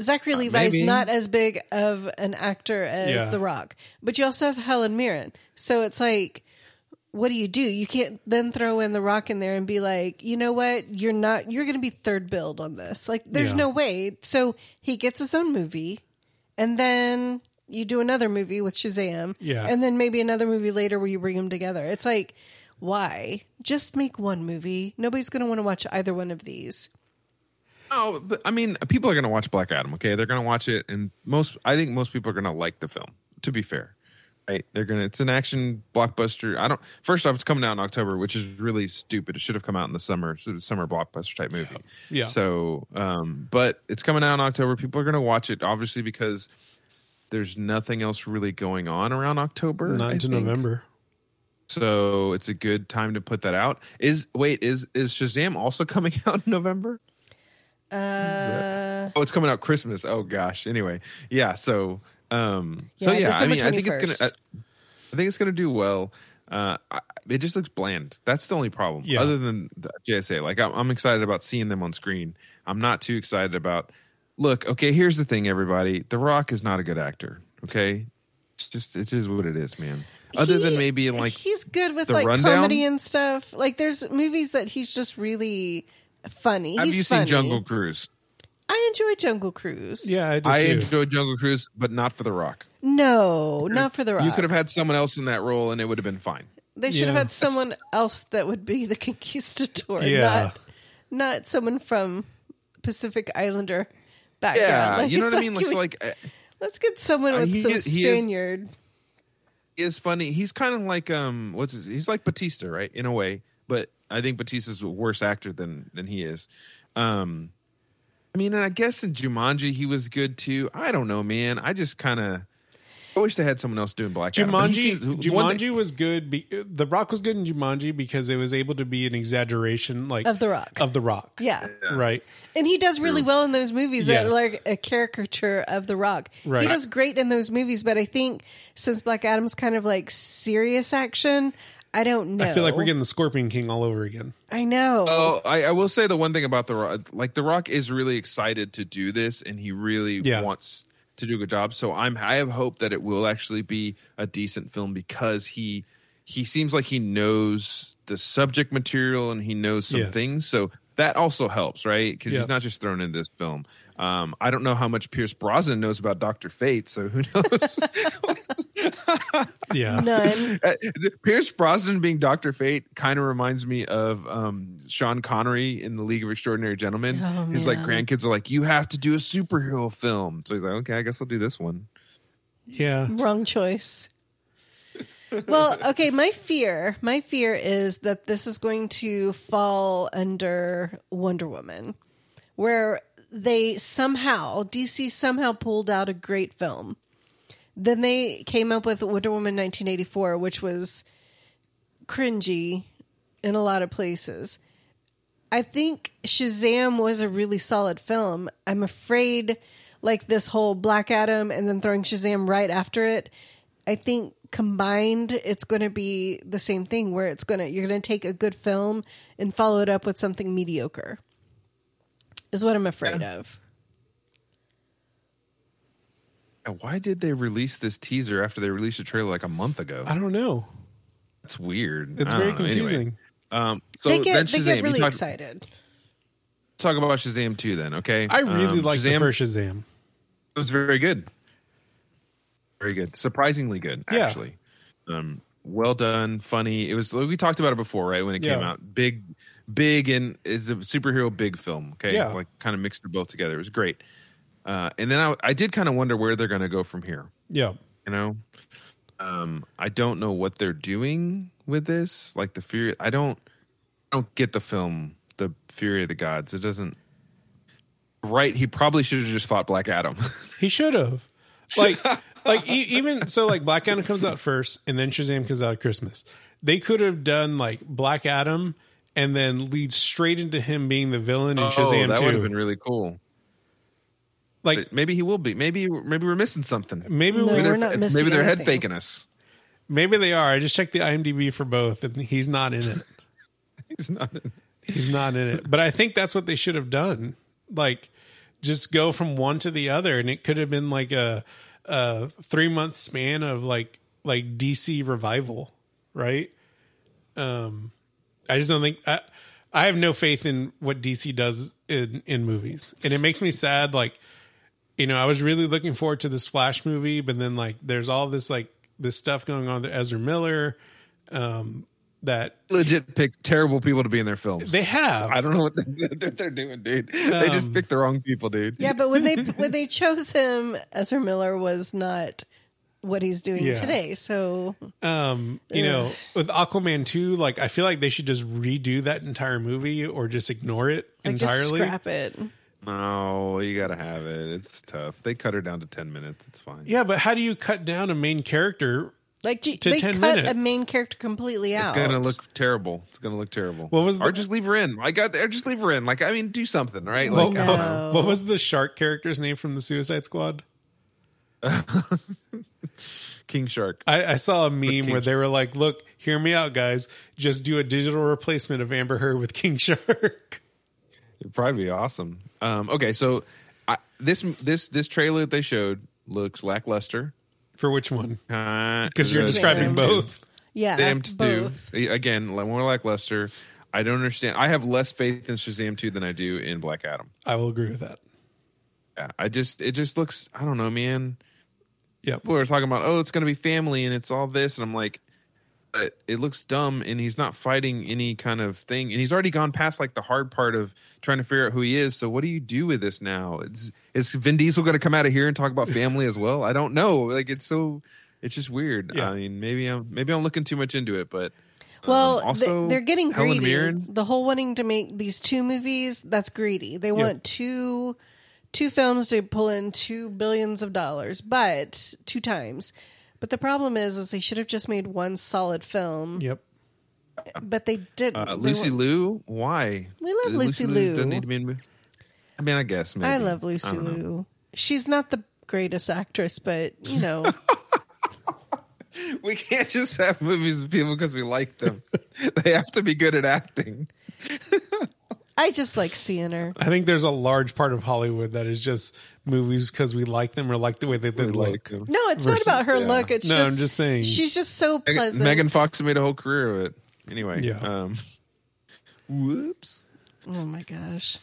Zachary Levi's
maybe.
not as big of an actor as
Uh, Yeah.
The Rock, but you also have Helen Mirren. So it's like, what do you do? You can't then throw in The Rock in there and be like, you know what? You're not, you're going to be third build on this. Like, there's
Yeah.
no way. So he gets his own movie and then you do another movie with Shazam.
Yeah.
And then maybe another movie later where you bring them together. It's like, why? Just make one movie. Nobody's going to want to watch either one of these.
no, but, Oh, I mean, people are going to watch Black Adam. Okay, they're going to watch it, and most I think most people are going to like the film. To be fair, right? They're going to. It's an action blockbuster. I don't. First off, it's coming out in October, which is really stupid. It should have come out in the summer, so it's a summer blockbuster type movie.
Yeah.
So, um, but it's coming out in October. People are going to watch it, obviously, because there's nothing else really going on around October.
Not
I
into
think.
November.
So it's a good time to put that out. Is wait, is is Shazam also coming out in November?
Uh,
Oh, it's coming out Christmas. Oh gosh. Anyway, yeah. So, um, so
Yeah,
yeah. I
December
mean, I think it's
21st.
gonna. I, I think it's gonna do well. Uh, I, it just looks bland. That's the only problem.
Yeah.
Other than the JSA, like I'm, I'm excited about seeing them on screen. I'm not too excited about. Look, okay. Here's the thing, everybody. The Rock is not a good actor. Okay, it's just it is what it is, man. Other than
he-
maybe like
he's good with
the
like
rundown?
comedy and stuff. Like there's movies that he's just really funny.
Have
he's
you
funny.
seen Jungle Cruise?
I enjoy Jungle Cruise.
Yeah, I do
I
too.
enjoyed Jungle Cruise, but not for The Rock.
No, not for the rock.
You could have had someone else in that role, and it would have been fine.
They should have
Yeah.
had someone else that would be the conquistador,
Yeah.
not not someone from Pacific Islander background.
Yeah, you know
it's
what I mean. Like,
we-
so like uh,
let's get someone
Uh,
with
he
some
is- he is-
Spaniard.
he is funny. He's kind of like um, what's his, he's like Batista, right? In a way, but I think Batista's a worse actor than than he is. Um, I mean, and I guess in Jumanji he was good too. I don't know, man. I just kind of I wish they had someone else doing Black Adam, but he
Jumanji,
seems- one
Jumanji
thing-
was good. Be, the Rock was good in Jumanji because it was able to be an exaggeration, like
Of The Rock.
of the Rock.
Yeah.
right.
And he does really well in those movies that are
Yes.
like a caricature of The Rock. He
Right.
does great in those movies, but I think since Black Adam's kind of like serious action, I don't know.
I feel like we're getting the Scorpion King all over again.
I know.
Oh, I, I will say the one thing about the Rock, like the Rock is really excited to do this, and he really
Yeah.
wants to do a good job. So I'm I have hope that it will actually be a decent film because he he seems like he knows the subject material and he knows some
Yes.
things. So that also helps, right? Because
Yeah.
he's not just thrown in this film. Um, I don't know how much Pierce Brosnan knows about Doctor Fate, so who knows?
Yeah.
None.
Uh, Pierce Brosnan being Doctor Fate kind of reminds me of um, Sean Connery in the League of Extraordinary Gentlemen.
Oh,
His like
man.
grandkids are like, "You have to do a superhero film." So he's like, "Okay, I guess I'll do this one."
Yeah.
Wrong choice. Well, okay, my fear, my fear is that this is going to fall under Wonder Woman where they somehow DC somehow pulled out a great film. Then they came up with Wonder Woman 1984, which was cringy in a lot of places. I think Shazam was a really solid film. I'm afraid, like this whole Black Adam and then throwing Shazam right after it. I think combined, it's going to be the same thing where it's going to you're going to take a good film and follow it up with something mediocre. Is what I'm afraid of.
And why did they release this teaser after they released a trailer like a month ago?
I don't know.
That's weird.
It's
I don't
very
know. Anyway,
confusing.
um, so
they
then
get
Shazam.
they get really
you talk,
excited.
talk about Shazam too, then. Okay,
I really
Um,
like
Shazam.
the first Shazam.
It was very good. Very good. Surprisingly good,
Yeah.
actually. Um, well done, funny. It was we talked about it before, right? When it came
Yeah.
out. Big big and is a superhero big film. Okay.
Yeah.
Like kind of mixed them both together. It was great. Uh, and then I, I did kind of wonder where they're gonna go from here.
Yeah.
You know? Um, I don't know what they're doing with this. Like the Fury I don't I don't get the film, The Fury of the Gods. It doesn't Right, he probably should have just fought Black Adam.
He should have. Like, like e- even so, like Black Adam comes out first, and then Shazam comes out at Christmas. They could have done like Black Adam, and then lead straight into him being the villain in Shazam
Oh, that would
too.
have been really cool.
like,
But maybe he will be. Maybe maybe we're missing something.
maybe
No,
we
we're
they're-
not missing
maybe they're head
anything.
faking us.
maybe they are. I just checked the IMDb for both, and he's not in it.
He's not. in-
He's not in it. But I think that's what they should have done. Like, just go from one to the other, and it could have been like a, a three month span of like like DC revival, right? Um, I just don't think I I have no faith in what DC does in in movies, and it makes me sad. Like, you know, I was really looking forward to this Flash movie, but then like there's all this like this stuff going on with Ezra Miller, um, that
Legit pick terrible people to be in their films.
they have. Um,
I don't know what they're, they're doing, dude. they just picked the wrong people, dude.
Yeah, but when they when they chose him, Ezra Miller was not what he's doing
Yeah.
today. So
um you know with aquaman 2 like i feel like they should just redo that entire movie or just ignore it
like, just
entirely
scrap it.
No, you gotta have it. It's tough. They cut her down to ten minutes. It's fine.
yeah but how do you cut down a main character
Like do,
To
they cut
10
a
minutes.
main character completely out.
It's gonna look terrible. It's gonna look terrible.
What was
or
the-
just leave her in? I got there. Just leave her in. Like I mean, do something, right? Like
What,
I don't know.
know.
what was the shark character's name from the Suicide Squad?
uh, King Shark.
I, I saw a meme
King
where they were like, "Look, hear me out, guys. Just do a digital replacement of Amber Heard with King Shark."
It'd probably be awesome. Um, okay, so I, this this this trailer that they showed looks lackluster Uh,
For which one?
because
Because you're describing
Them
both.
yeah,
Shazam to
both.
do again li- more lackluster. I don't understand. I have less faith in Shazam two than I do in Black Adam.
I will agree with that.
Yeah, I just it just looks. I don't know, man.
Yep.
people are talking about oh it's going to be family and it's all this and i'm like but it looks dumb and he's not fighting any kind of thing and he's already gone past like the hard part of trying to figure out who he is so what do you do with this now it's, is vin diesel going to come out of here and talk about family as well i don't know like it's so it's just weird
Yeah.
i mean maybe i'm maybe i'm looking too much into it but um,
Well, th-
also
they're getting
Helen
greedy.
Mirren,
The whole wanting to make these two movies, that's greedy. They want two two films to pull in 2 billions of dollars, but two times. But the problem is is they should have just made one solid film,
Yep.
but they didn't.
uh,
They
lucy
wa-
Liu, why
We love Lucy Liu.
doesn't need to be in i mean i guess maybe.
I love Lucy
don't know.
Liu. She's not the greatest actress, but you know,
We can't just have movies with people because we like them. they have to be good at acting.
I just like seeing her.
I think there's a large part of Hollywood that is just movies because we like them or like the way that they look.
them.
No, it's
Versus-
not about her
yeah.
look. It's
No, I'm
just,
just saying.
she's just so
Megan,
pleasant.
Megan Fox made a whole career of it. Anyway,
Yeah.
Um, whoops.
Oh my gosh.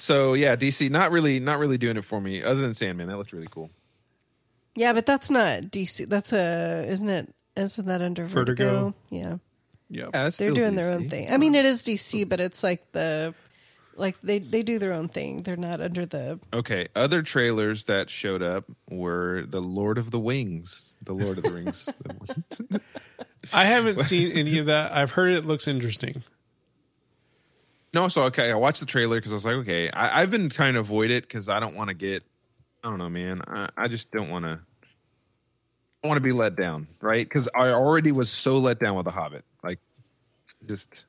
So yeah, DC not really not really doing it for me. Other than Sandman, that looked really cool.
Yeah, but that's not DC. That's a isn't it? Isn't that under Vertigo?
Vertigo.
Yeah,
Yep.
Yeah, that's
they're
still
doing their
DC.
own thing. I mean, it is DC, but it's like the like they they do their own thing. They're not under the
Okay. Other trailers that showed up were the Lord of the Wings, the Lord of the Rings.
I haven't seen any of that. I've heard it looks interesting.
No, so okay, I watched the trailer because I was like, okay, I, I've been trying to avoid it because I don't want to get, I don't know, man, I, I just don't want to, I want to be let down, right? Because I already was so let down with the Hobbit, like, just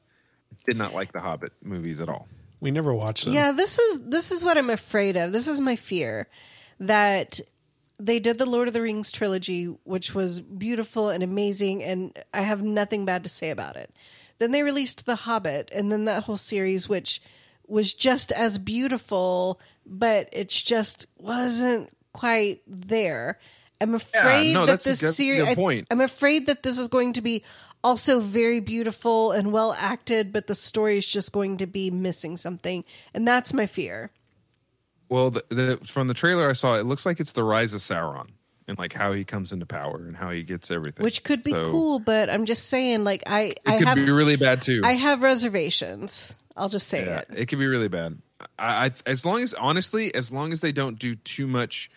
did not like the Hobbit movies at all.
We never watched them.
Yeah, this is this is what I'm afraid of. This is my fear that they did the Lord of the Rings trilogy, which was beautiful and amazing, and I have nothing bad to say about it. Then they released The Hobbit, and then that whole series, which was just as beautiful, but it just wasn't quite there. I'm afraid
no,
that
that's a
this
good-
series.
good point.
I'm afraid that this is going to be also very beautiful and well acted, but the story is just going to be missing something, and that's my fear.
Well, the, the, from the trailer I saw, it looks like it's the Rise of Sauron and like how he comes into power and how he gets everything,
Which could be
So,
cool, but I'm just saying, like I,
It
I
could
have,
be really bad too.
I have reservations. I'll just say
Yeah,
it.
it could be really bad. I, I as long as honestly, as long as they don't do too much.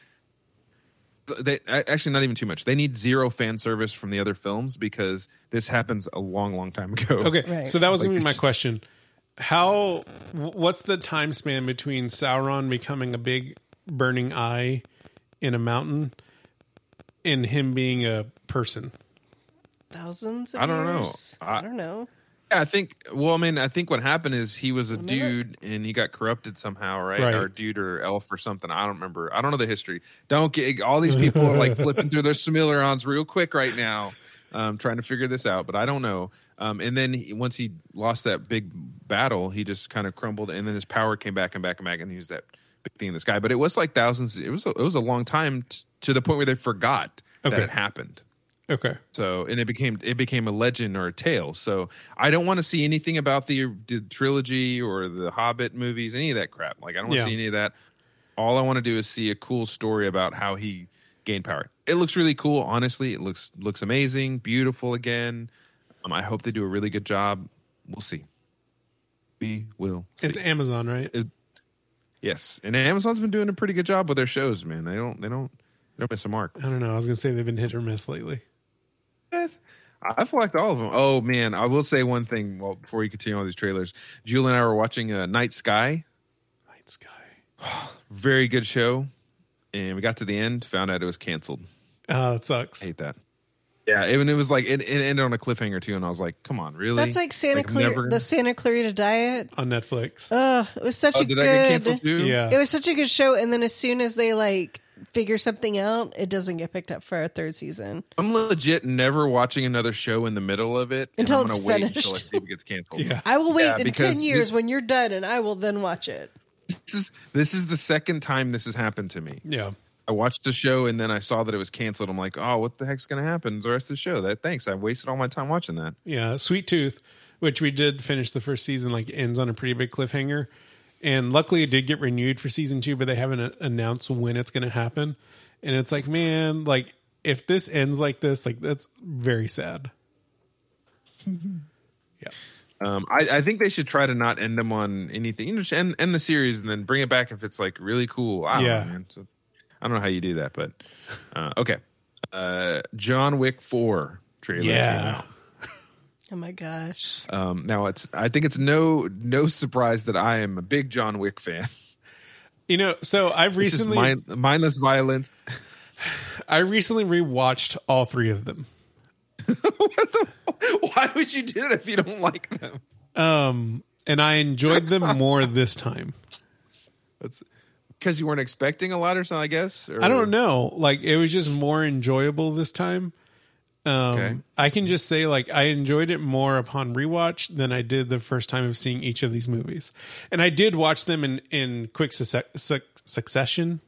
They a- actually not even too much. They need zero fan service from the other films because this happens a long, long time ago.
Okay.
Right.
So that was going
Like-
to be my question. How, wh- what's the time span between Sauron becoming a big burning eye in a mountain and him being a person?
Thousands. Of
I don't know.
years?
I-
I don't know.
Yeah, I think. Well, I mean, I think what happened is he was a dude and he got corrupted somehow, right?
Right.
Or a dude or elf or something. I don't remember. I don't know the history. Don't get all these people are like flipping through their smilerons real quick right now, um, trying to figure this out. But I don't know. Um, and then he, once he lost that big battle, he just kind of crumbled, and then his power came back and back and back, and he was that big thing in the sky. But it was like thousands. It was a, it was a long time t- to the point where they forgot that
Okay.
it happened.
Okay.
So and it became it became a legend or a tale. So I don't want to see anything about the, the trilogy or the Hobbit movies, any of that crap. Like I don't want
Yeah.
to see any of that. All I want to do is see a cool story about how he gained power. It looks really cool, honestly. It looks looks amazing, beautiful again. Um, I hope they do a really good job. We'll see. We will. See.
It's Amazon, right?
yes, and Amazon's been doing a pretty good job with their shows, man. They don't they don't they don't miss a mark.
I don't know. I was going to say they've been hit or miss lately.
I've liked all of them. Oh man, I will say one thing. Well, before you continue on these trailers, Julie and I were watching uh, Night Sky,
Night Sky.
very good show, and we got to the end, found out it was canceled.
Oh, that sucks.
Hate that. Yeah, and it was like it, it ended on a cliffhanger too, and I was like, "Come on, really?"
That's like Santa
I'm
Clara,
never-
the Santa Clarita Diet.
on Netflix.
Ugh, it was such
oh,
a
did
good.
I get canceled too?
yeah.
It was such a good show, and then as soon as they like figure something out, it doesn't get picked up for our third season.
I'm legit never watching another show in the middle of it and
Until
I'm
it's
gonna wait until I
finished.
see if it gets canceled.
Yeah.
I will wait
Yeah,
in
because
ten years
this-
when you're done, and I will then watch it.
This is this is the second time this has happened to me.
yeah.
I watched the show and then I saw that it was canceled. I'm like, oh, what the heck's gonna happen to the rest of the show? That thanks. I wasted all my time watching that.
Yeah, Sweet Tooth, which we did finish the first season, like ends on a pretty big cliffhanger, and luckily it did get renewed for season two, but they haven't a- announced when it's going to happen. And it's like, man, like if this ends like this, like that's very sad. yeah,
Um, I, I think they should try to not end them on anything. You know, just end end the series and then bring it back if it's like really cool. I don't
Yeah.
know, man. So, I don't know how you do that, but uh, okay. Uh, John Wick Four trailer. came
yeah,
out.
Oh my gosh!
Um, now it's I think it's no no surprise that I am a big John Wick fan.
you know. So I've
It's just
recently,
mind, mindless violence.
I recently rewatched all three of them.
Why would you do that if you don't like them?
Um, and I enjoyed them more this time.
That's because you weren't expecting a lot or something. I guess. Or,
I don't know. Like it was just more enjoyable this time. Um,
Okay.
I can just say like I enjoyed it more upon rewatch than I did the first time of seeing each of these movies, and I did watch them in in quick succe- suc- succession,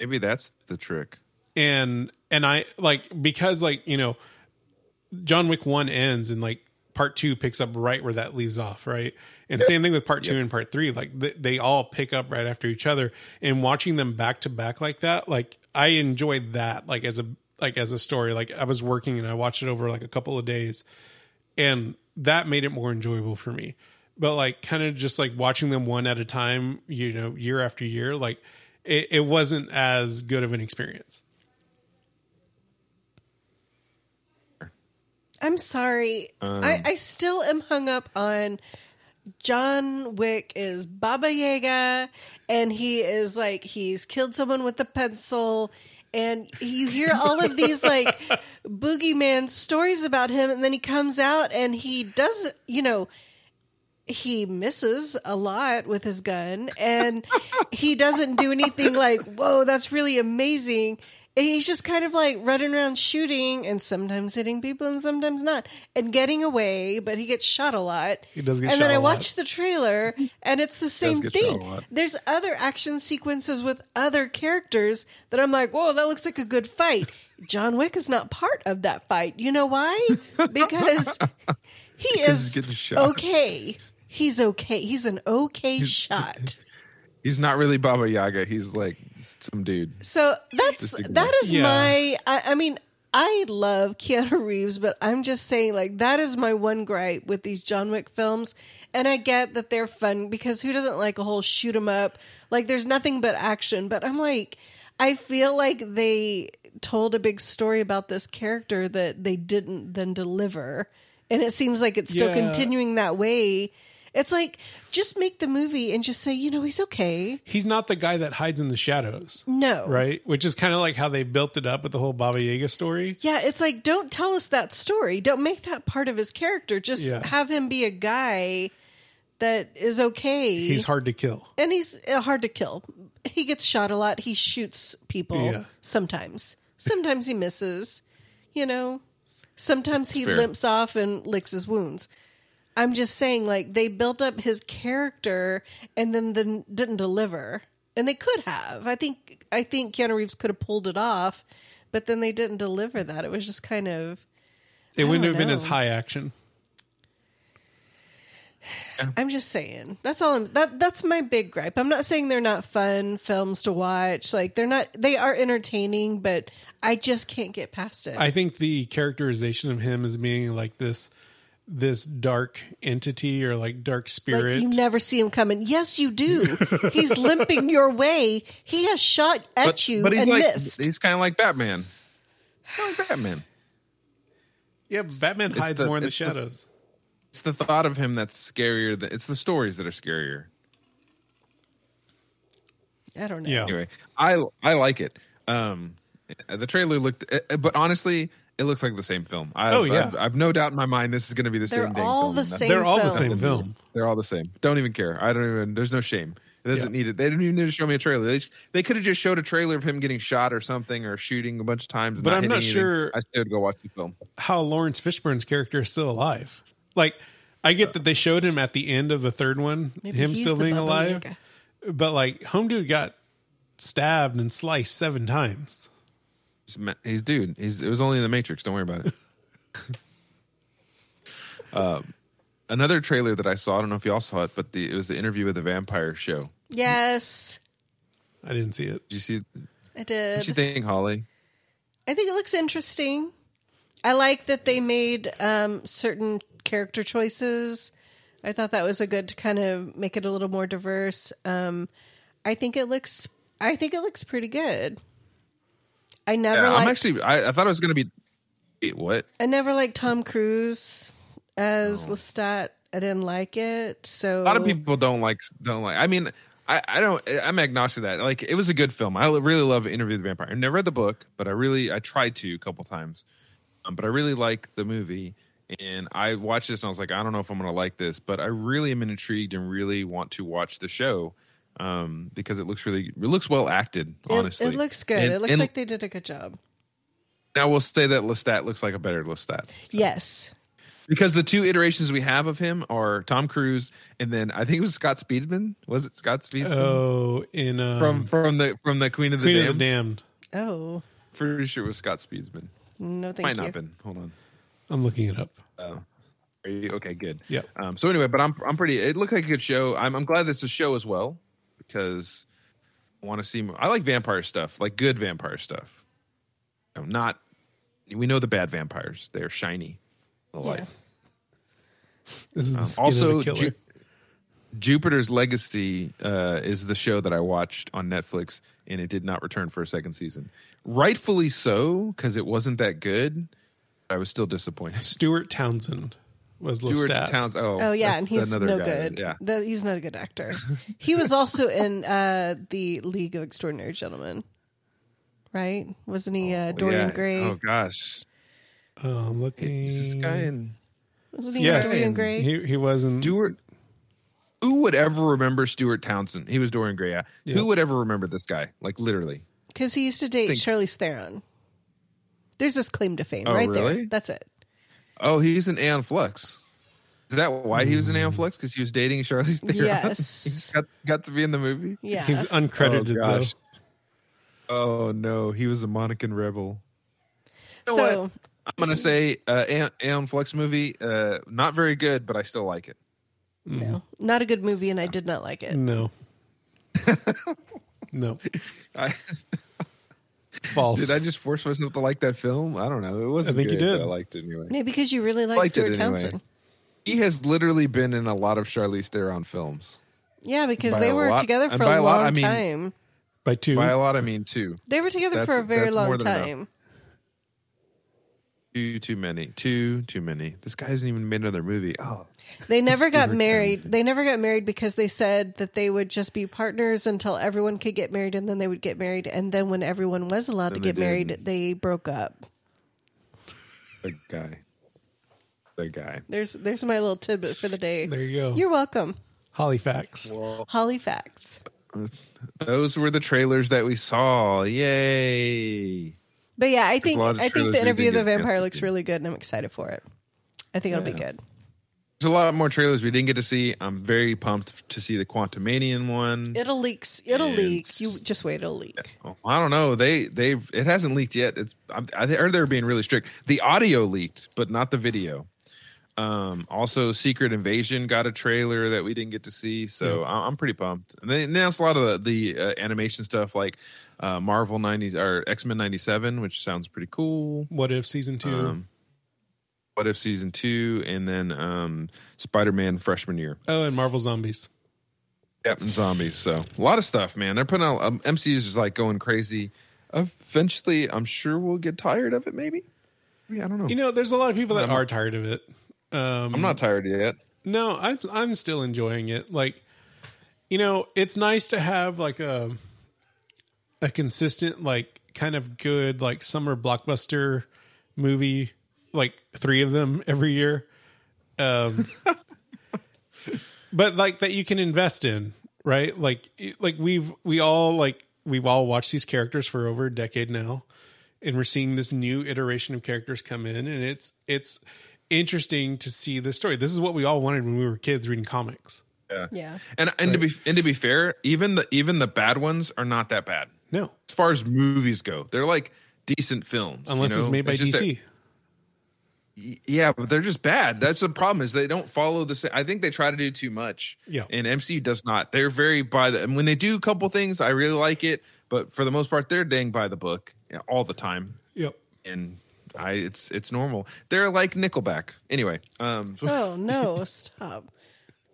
Maybe that's the trick.
and and I like because like you know, John Wick one ends and like part two picks up right where that leaves off, right? And same thing with part two and part three, like th- they all pick up right after each other. And watching them back to back like that, like I enjoyed that, like as a like as a story. Like I was working and I watched it over like a couple of days, and that made it more enjoyable for me. But like kind of just like watching them one at a time, you know, year after year, like it, it wasn't as good of an experience.
I'm sorry.
um,
I, I still am hung up on John Wick is Baba Yaga, and he is like he's killed someone with a pencil, and you hear all of these like boogeyman stories about him, and then he comes out and he does, you know. He misses a lot with his gun and he doesn't do anything like, whoa, that's really amazing. And he's just kind of like running around shooting and sometimes hitting people and sometimes not and getting away, but he gets shot a lot.
He does get
and
shot
then I
a lot.
watched the trailer and it's the same
get shot a
thing.
lot.
There's other action sequences with other characters that I'm like, whoa, that looks like a good fight. John Wick is not part of that fight. You know why? Because he
he's
is
getting shot.
okay. He's okay. He's an okay shot.
He's not really Baba Yaga. He's like some dude.
So that's
Disagree.
that is
Yeah.
my. I, I mean, I love Keanu Reeves, but I'm just saying, like that is my one gripe with these John Wick films. And I get that they're fun because who doesn't like a whole shoot 'em up? Like there's nothing but action. But I'm like, I feel like they told a big story about this character that they didn't then deliver, and it seems like it's still
Yeah.
continuing that way. It's like just make the movie and just say, you know, he's okay.
he's not the guy that hides in the shadows,
No,
right? Which is kind of like how they built it up with the whole Baba Yaga story.
Yeah, it's like don't tell us that story. Don't make that part of his character. Just
Yeah.
have him be a guy that is okay.
He's hard to kill.
and he's uh, hard to kill. He gets shot a lot. He shoots people
Yeah.
sometimes. Sometimes he misses. You know, sometimes he
fair.
limps off and licks his wounds. I'm just saying, like they built up his character and then then didn't deliver, and they could have. I think I think Keanu Reeves could have pulled it off, but then they didn't deliver that. It was just kind of
It wouldn't
don't
have been as
know.
high action.
I'm just saying. That's all I'm that that's my big gripe. I'm not saying they're not fun films to watch. Like they're not they are entertaining, but I just can't get past it.
I think the characterization of him as being like this this dark entity or like dark
like
spirit.
you never see him coming. Yes, you do. He's limping your way. He has shot at you
he's
and
like
missed.
he's kind of like Batman. Kind of like Batman.
yeah, Batman hides
the-
more in the
it's the-
shadows.
It's the thought of him that's scarier. Than, it's the stories that are scarier.
I don't know.
Oh.
yeah.
Anyway, I I like it. Um, the trailer looked, uh, eh, but honestly, It looks like the same film. I,
Oh, yeah.
I've, I've no doubt in my mind this is going to be the
They're
same. dang
all
film.
the
Nothing-
same
They're all the
film.
same film.
Oh. They're all the same. Don't even care. I don't even. There's no shame. It doesn't
Yeah.
need it. They didn't even need to show me a trailer. They, they could have just showed a trailer of him getting shot or something or shooting a bunch of times. And
But I'm
hitting
not
anything.
sure-
I still go watch the film.
how Lawrence Fishburne's character is still alive. Like, I get that they showed him at the end of the third one,
Maybe
him
he's
still
the
being
Baba
alive.
Yaga.
But like, Home Dude got stabbed and sliced seven times.
He's, ma- he's dude. He's it was only in the Matrix. Don't worry about it. um, another trailer that I saw. I don't know if y'all saw it, but the it was the interview with the vampire show.
Yes,
I didn't see it.
Did you see?
I did.
What you think, Holly?
I think it looks interesting. I like that they made um, certain character choices. I thought that was a good to kind of make it a little more diverse. Um, I think it looks. I think it looks pretty good. I never.
Yeah, I'm
liked,
actually. I, I thought it was going to be. Wait, What?
I never liked Tom Cruise as Lestat. I didn't like it. So
a lot of people don't like don't like i mean i i don't eh, i'm agnostic to that like it was a good film i really love interview with the vampire i never read the book but i really i tried to a couple times um, but i really like the movie and i watched this and i was like i don't know if i'm gonna like this but i really am intrigued and really want to watch the show um because it looks really it looks well acted
It-
honestly
it, looks good.
And-
it looks
and
like they did a good job.
now we'll say that lestat looks like a better lestat
Yes.
because the two iterations we have of him are tom cruise and then i think it was scott speedman was it scott speedman
Oh, in um,
from from the from the Queen of the
Queen
Damned.
of the Damned.
Oh
Pretty sure it was Scott Speedsman.
no, thank
Might
you.
not been. Hold on.
I'm looking it up.
Are you okay? Good.
Yep.
Um. So anyway, but I'm I'm pretty. It looked like a good show. I'm I'm glad it's a show as well because I want to see. More. I like vampire stuff, like good vampire stuff. I'm not. We know the bad vampires. They're shiny. The light.
This is the skin of
Oh. also
the killer.
Ju- Jupiter's Legacy uh, is the show that I watched on Netflix, and it did not return for a second season. Rightfully so, because it wasn't that good. I was still disappointed.
Stuart Townsend was
Stuart
Lestat.
Towns. Oh,
Oh yeah,
that's
and he's
another
no
guy.
good.
Yeah,
The- he's not a good actor. He was also in uh, the League of Extraordinary Gentlemen, right? Wasn't he uh, Dorian
Yeah.
Gray?
Oh gosh,
Oh, I'm looking.
is this guy
Mm.
in
Wasn't he
yes,
Dorian Gray?
He he wasn't.
Stuart? Who would ever remember Stuart Townsend? He was Dorian Gray. Yeah.
Yeah.
Who would ever remember this guy? Like literally.
Because he used to date
Think-
Charlize Theron. There's this claim to fame
Oh,
right there.
really?
That's it.
Oh, he's an Aeon Flux. Is that why he was in
Mm.
Aeon Flux? Because he was dating Charlize Theron.
Yes.
he got got to be in the movie.
Yeah.
He's uncredited though.
oh, gosh. Oh no, he was a Monacan rebel. You know
so
what? I'm gonna say uh, Aeon- Aeon Flux movie, uh, not very good, but I still like it. Mm.
no, not a good movie, and I did not like it.
No. no.
I,
False.
did I just force myself to like that film? I don't know. It wasn't.
think you
good, but
did.
I liked it anyway.
Maybe because you really like
Liked it
Stuart
anyway.
Townsend.
He has literally been in a lot of Charlize Theron films.
Yeah, because
By
they
a
were
lot-
together
and
for
by
a
a lot,
long
I mean-
time.
By two.
By a lot, I mean two.
They were together
That's-
for a very
that's
long
more than enough.
time.
Too, too many. Too, too many. This guy hasn't even made another movie. Oh,
They never got
Stuart
married. They never got married because they said that they would just be partners until everyone could get married and then they would get married. And then when everyone was allowed to
Then
get
they
married,
didn't.
they broke up.
that guy. That guy.
There's there's my little tidbit for the day.
There you go.
You're welcome.
Holly facts.
Holly facts.
Those were the trailers that we saw. Yay!
But yeah, I think
a lot of
I think
trailers
the
we
interview of the
didn't get a chance
vampire
to
looks
see.
really good and I'm excited for it. I think it'll be good.
There's a lot more trailers we didn't get to see. I'm very pumped to see the Quantumanian one.
It'll leaks it'll
It's-
leak. You just wait, it'll leak.
Oh, I don't know. They they it hasn't leaked yet. It's I'm, I heard they're being really strict. The audio leaked, but not the video. Um, also, Secret Invasion got a trailer that we didn't get to see, so I- I'm pretty pumped. And they announced a lot of the, the uh, animation stuff, like uh, Marvel '90s or X Men '97, which sounds pretty cool.
What if season two?
Um, what if season two, and then um, Spider Man freshman year.
oh, and Marvel Zombies.
Yep, and zombies. So a lot of stuff, man. They're putting out um, MCU is just like going crazy. Eventually, I'm sure we'll get tired of it. Maybe. Maybe, I don't know.
You know, there's a lot of people that
I'm-
are tired of it. Um,
I'm not tired yet.
no, I'm I'm still enjoying it. Like, you know, it's nice to have like a a consistent, like, kind of good, like summer blockbuster movie, like three of them every year. Um, but like that you can invest in, right? Like, it- like we've we all like we've all watched these characters for over a decade now, and we're seeing this new iteration of characters come in, and it's it's interesting to see this story. This is what we all wanted when we were kids reading comics.
Yeah.
Yeah.
And and to be and to be fair, even the even the bad ones are not that bad.
No,
As far as movies go, they're like decent films. you
unless it's
know?
made by
just that-
DC.
yeah, but they're just bad. That's the problem is they don't follow the same. I think they try to do too much.
Yeah.
And MCU does not. They're very by the and when they do a couple things, I really like it, but for the most part, they're dang by the book you know, all the time.
yep.
And I it's it's normal. They're like Nickelback. Anyway, um
Oh no! Stop.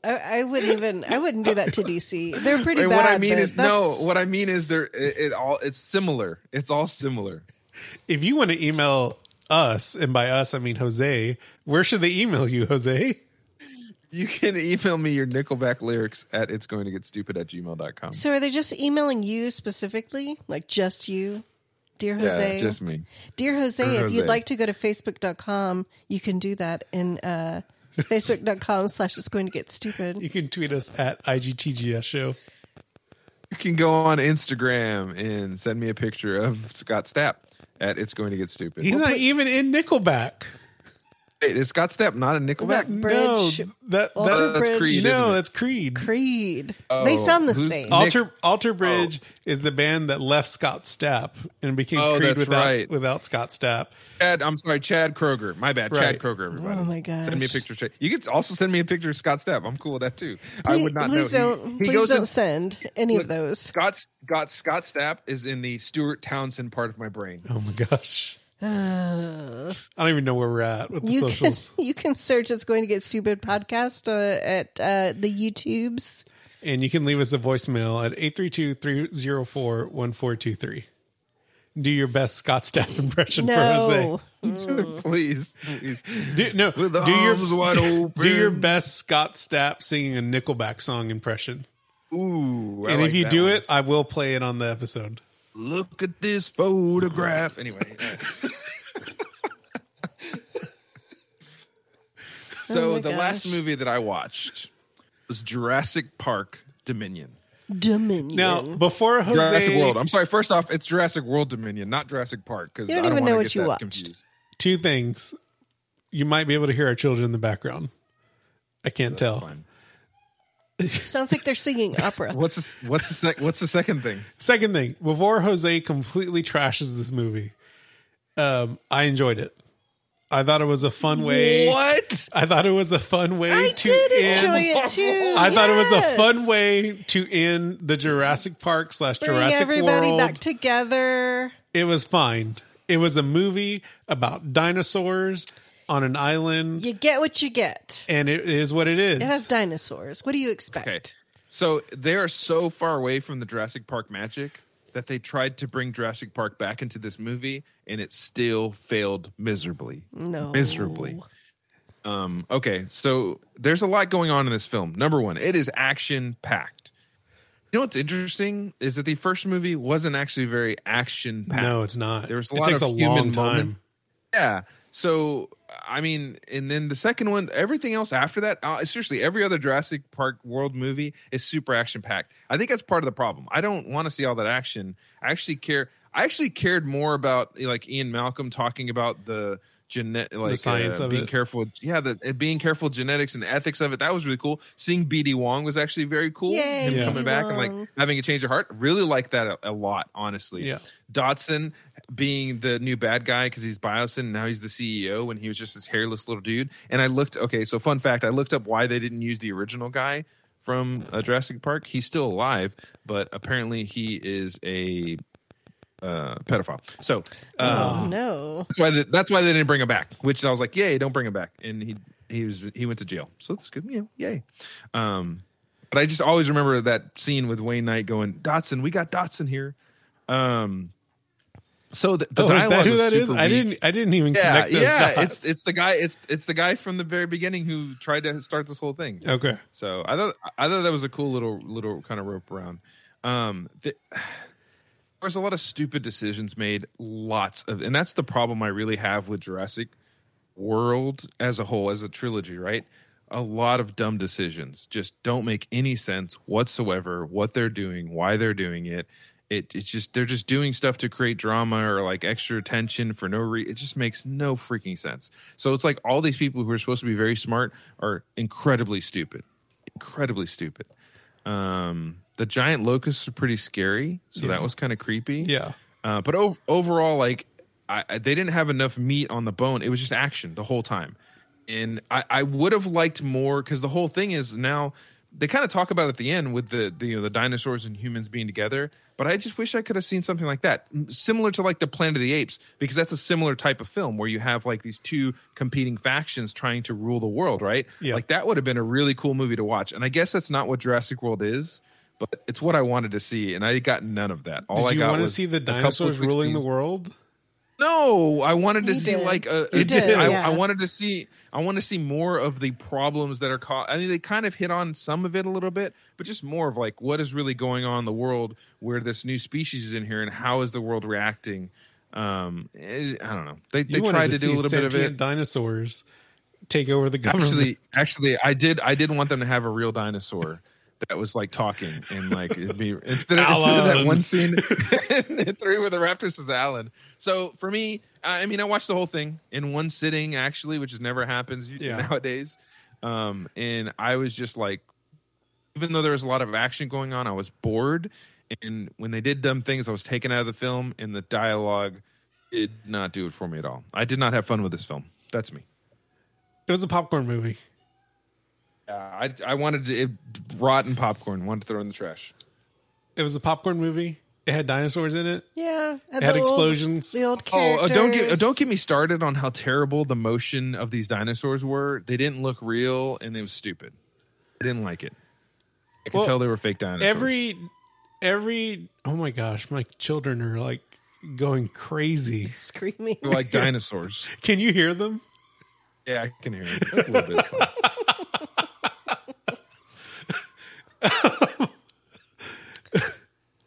I, I wouldn't even. I wouldn't do that to DC. They're pretty
and
bad.
what I mean
but
is no.
that's-
What I mean is they're it, it all. It's similar. It's all similar.
If you want to email us, and by us I mean Jose, where should they email you, Jose?
You can email me your Nickelback lyrics at it's going to get stupid at gmail.com.
So are they just emailing you specifically, like just you, dear Jose?
Yeah, just me.
Dear Jose,
Dear
if
Jose.
you'd like to go to facebook.com, you can do that in uh, facebook.com slash it's going to get stupid.
You can tweet us at IGTGS show.
You can go on Instagram and send me a picture of Scott Stapp at it's going to get stupid. Oh,
He's not even in Nickelback.
Wait, is Scott Stapp not a Nickelback?
That- Bridge.
no, that,
Alter
that
Bridge. That's
Creed, isn't
no,
it?
that's Creed.
Creed.
Oh,
they sound the
who's-
same.
oh,
Alter Alter Bridge is the band that left Scott Stapp and became
Oh,
Creed
that's
without
right.
without Scott Stapp.
Chad, I'm sorry, Chad Kroger. My bad,
Right.
Chad Kroger, everybody.
Oh, my gosh.
Send me a picture. of Chad. You could also send me a picture of Scott Stapp. I'm cool with that too. I
Please-
would not
please
know. He-
don't,
he
please
goes
don't
in-
send any
Look,
of those.
Scott, Scott, Scott Stapp is in the Stuart Townsend part of my brain.
Oh my gosh.
Uh,
I don't even know where we're at with the
you, can,
socials.
you can search It's Going to Get Stupid podcast uh, at uh, the YouTubes.
And you can leave us a voicemail at 832-304-1423. Do your best Scott Stapp impression for Jose.
No.
please, please.
Do, no,
With the
do your
arms wide
do your
open.
best Scott Stapp singing a Nickelback song impression.
Ooh. I
and
like
if you
that
do
one.
it, I will play it on the episode.
look at this photograph. Anyway.
Oh
so
my
the last
gosh.
movie that I watched was Jurassic Park Dominion.
Dominion.
Now, before Jose,
Jurassic World. I'm sorry. First off, it's Jurassic World Dominion, not Jurassic Park. Because
You
I
don't
don't
even
wanna
know
get
what you
that
watched.
Confused.
two things. You might be able to hear our children in the background. I can't tell.
Fine.
Sounds like they're singing opera.
What's the, s- what's the sec- what's the second thing?
Second thing, before Jose completely trashes this movie, um, I enjoyed it. I thought it was a fun way.
What?
I thought it was a fun way
I
to
did
end.
enjoy it too.
I thought it was a
yes.
fun way to end the Jurassic Park slash
Bring
Jurassic
everybody
World.
back together.
it was fine. It was a movie about dinosaurs on an island,
You get what you get.
and it is what it is.
It has dinosaurs. What do you expect?
Okay. So they are so far away from the Jurassic Park magic that they tried to bring Jurassic Park back into this movie and it still failed miserably.
No.
Miserably. Um, okay, so there's a lot going on in this film. Number one, it is action packed. You know what's interesting is that the first movie wasn't actually very action packed.
no, it's not.
There's a
it
lot
takes
of
a
human
long time.
moment. Yeah. So I mean, and then the second one, everything else after that, uh, seriously, every other Jurassic Park World movie is super action packed. I think that's part of the problem. I don't want to see all that action. I actually care. I actually cared more about like Ian Malcolm talking about the genet, like
science
uh,
of
being
it.
careful. Yeah, the uh, being careful genetics and the ethics of it. That was really cool. Seeing BD Wong was actually very cool.
Yay,
Him
Yeah.
coming
BD
back and
Wong.
like having a change of heart. Really like that a, a lot, honestly.
Yeah.
Dodson being the new bad guy because he's Biosyn and now he's the CEO when he was just this hairless little dude. And I looked okay, so fun fact, I looked up why they didn't use the original guy from uh, Jurassic Park. He's still alive, but apparently he is a uh, pedophile. So uh,
Ah.
oh no.
that's why they, that's why they didn't bring him back. Which I was like, yay, don't bring him back. And he he was he went to jail. So that's good, you know, yay. Um, but I just always remember that scene with Wayne Knight going, Dotson, we got Dotson here. Um, so the, the
Oh, is
dialogue
that who
was
that is?
super
I
weak.
didn't. I didn't even
Yeah,
connect those
yeah.
dots.
It's it's the guy. It's it's the guy from the very beginning who tried to start this whole thing.
okay.
So I thought I thought that was a cool little little kind of rope around. Um, the, there was a lot of stupid decisions made lots of and that's the problem i really have with jurassic world as a whole as a trilogy right a lot of dumb decisions just don't make any sense whatsoever what they're doing why they're doing it it it's just they're just doing stuff to create drama or like extra tension for no reason it just makes no freaking sense so it's like all these people who are supposed to be very smart are incredibly stupid incredibly stupid um the giant locusts are pretty scary so that was kind of creepy
Yeah.
uh, but ov- overall, like I, I- they didn't have enough meat on the bone. It was just action the whole time, and I, I would have liked more because the whole thing is now they kind of talk about it at the end with the, the you know the dinosaurs and humans being together. But I just wish I could have seen something like that, m- similar to like the Planet of the Apes, because that's a similar type of film where you have like these two competing factions trying to rule the world, right?
Yeah.
Like that would have been a really cool movie to watch. And I guess that's not what Jurassic World is. But it's what I wanted to see, and I got none of that. All
Did
I
you
got
want to
was
see
a
the
couple of
dinosaurs
quick
ruling the
scenes.
world?
No, I wanted to
You
see
did.
like a.
You
a-
did,
I,
yeah.
I wanted to see. I want to see more of the problems that are caught. I mean, they kind of hit on some of it a little bit, but just more of like what is really going on in the world where this new species is in here and how is the world reacting. Um, eh, I don't know. They they
You wanted
tried to, do
see
a little bit of
sentient
it.
Dinosaurs take over the government.
Actually, actually, I did. I did want them to have a real dinosaur. That was like talking and like it'd be instead of, instead of that
Alan.
one scene, three where the Raptors was Alan. So for me, I I mean, I watched the whole thing in one sitting actually, which is never happens you-
Yeah.
nowadays. Um, and I was just like, even though there was a lot of action going on, I was bored. And when they did dumb things, I was taken out of the film, and the dialogue did not do it for me at all. I did not have fun with this film. That's me.
it was a popcorn movie.
Uh, I I wanted to, it, rotten popcorn. Wanted to throw in the trash.
It was a popcorn movie. It had dinosaurs in it.
Yeah, and
had
the old-
explosions.
the old
Oh,
characters.
uh, don't get uh, don't get me started on how terrible the motion of these dinosaurs were. They didn't look real, and it was stupid. I didn't like it. I could
Well,
tell they were fake dinosaurs.
Every every oh my gosh, my children are like going crazy.
screaming.
They were like dinosaurs.
Can you hear them?
yeah, I can hear it. A little bit.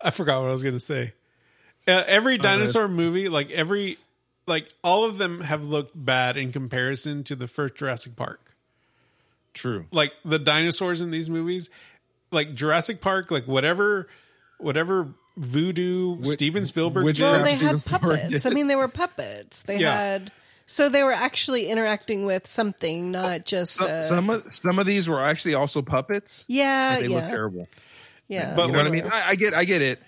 I forgot what I was going to say. Uh,
Oh,
every dinosaur movie, like every like all of them have looked bad in comparison to the first Jurassic Park.
True.
like the dinosaurs in these movies, like Jurassic Park, like whatever, whatever voodoo Steven Spielberg.
which-
did,
Well,
Craft
they
Steven
had
Spielberg
puppets. I mean, they were puppets. They
Yeah.
had so they were actually interacting with something,
Oh,
not just
Some,
uh,
some of some of these were actually also puppets.
yeah,
They look
yeah,
terrible.
yeah.
But
You know what I mean? I, I get I get it.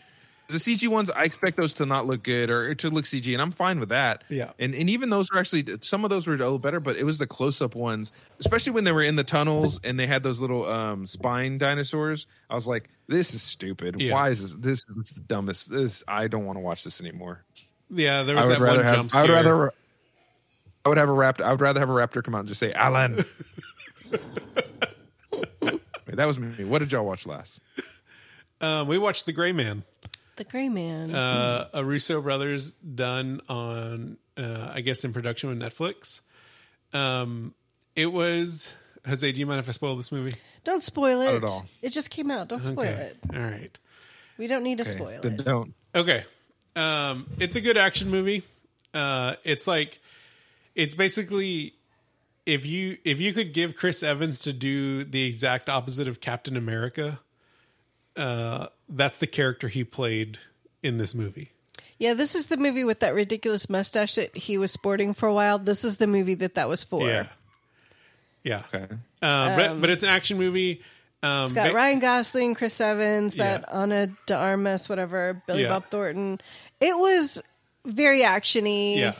The CG ones, I expect those to not look good or to look CG, and I'm fine with that.
Yeah.
And and even those were actually some of those were a little better, but it was the close up ones, especially when they were in the tunnels and they had those little um spine dinosaurs. I was like, this is stupid.
Yeah.
Why is this? This is the dumbest. This I don't want to watch this anymore.
yeah, there was
I would
that one
rather have.
jump scare.
I would rather. I would have a raptor. I would rather have a raptor come out and just say Alan. that was me. What did y'all watch last?
Um, we watched The Gray Man,
the Gray Man.
uh, a Russo brothers done on, uh, I guess, in production with Netflix. Um, it was Jose. Do you mind if I spoil this movie?
don't spoil it.
at all.
It just came out. Don't spoil it.
All right.
We don't need to spoil
Then
it.
don't.
Okay. Um, it's a good action movie. Uh, it's like it's basically if you if you could give Chris Evans to do the exact opposite of Captain America, uh, that's the character he played in this movie.
Yeah, this is the movie with that ridiculous mustache that he was sporting for a while. This is the movie that that was for.
Yeah. Yeah.
Okay.
Uh, but but it's an action movie. Um,
It's got
ba-
Ryan Gosling, Chris Evans, that
Yeah.
Anna de Armas, whatever, Billy
Yeah.
Bob Thornton. It was very actiony.
Yeah.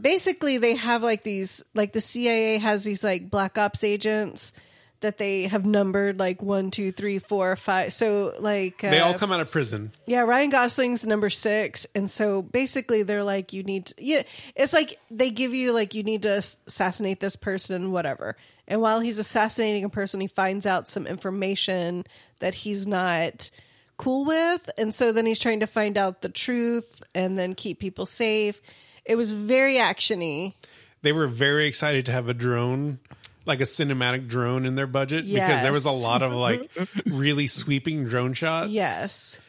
basically they have like these like the cia has these like black ops agents that they have numbered like one two three four five so like uh,
They all come out of prison.
yeah ryan gosling's number six and so basically they're like you need to, yeah it's like they give you like you need to ass- assassinate this person whatever and while he's assassinating a person he finds out some information that he's not cool with and so then he's trying to find out the truth and then keep people safe it was very actiony
they were very excited to have a drone like a cinematic drone in their budget because there was a
Yes.
lot of like really sweeping drone shots
Yes.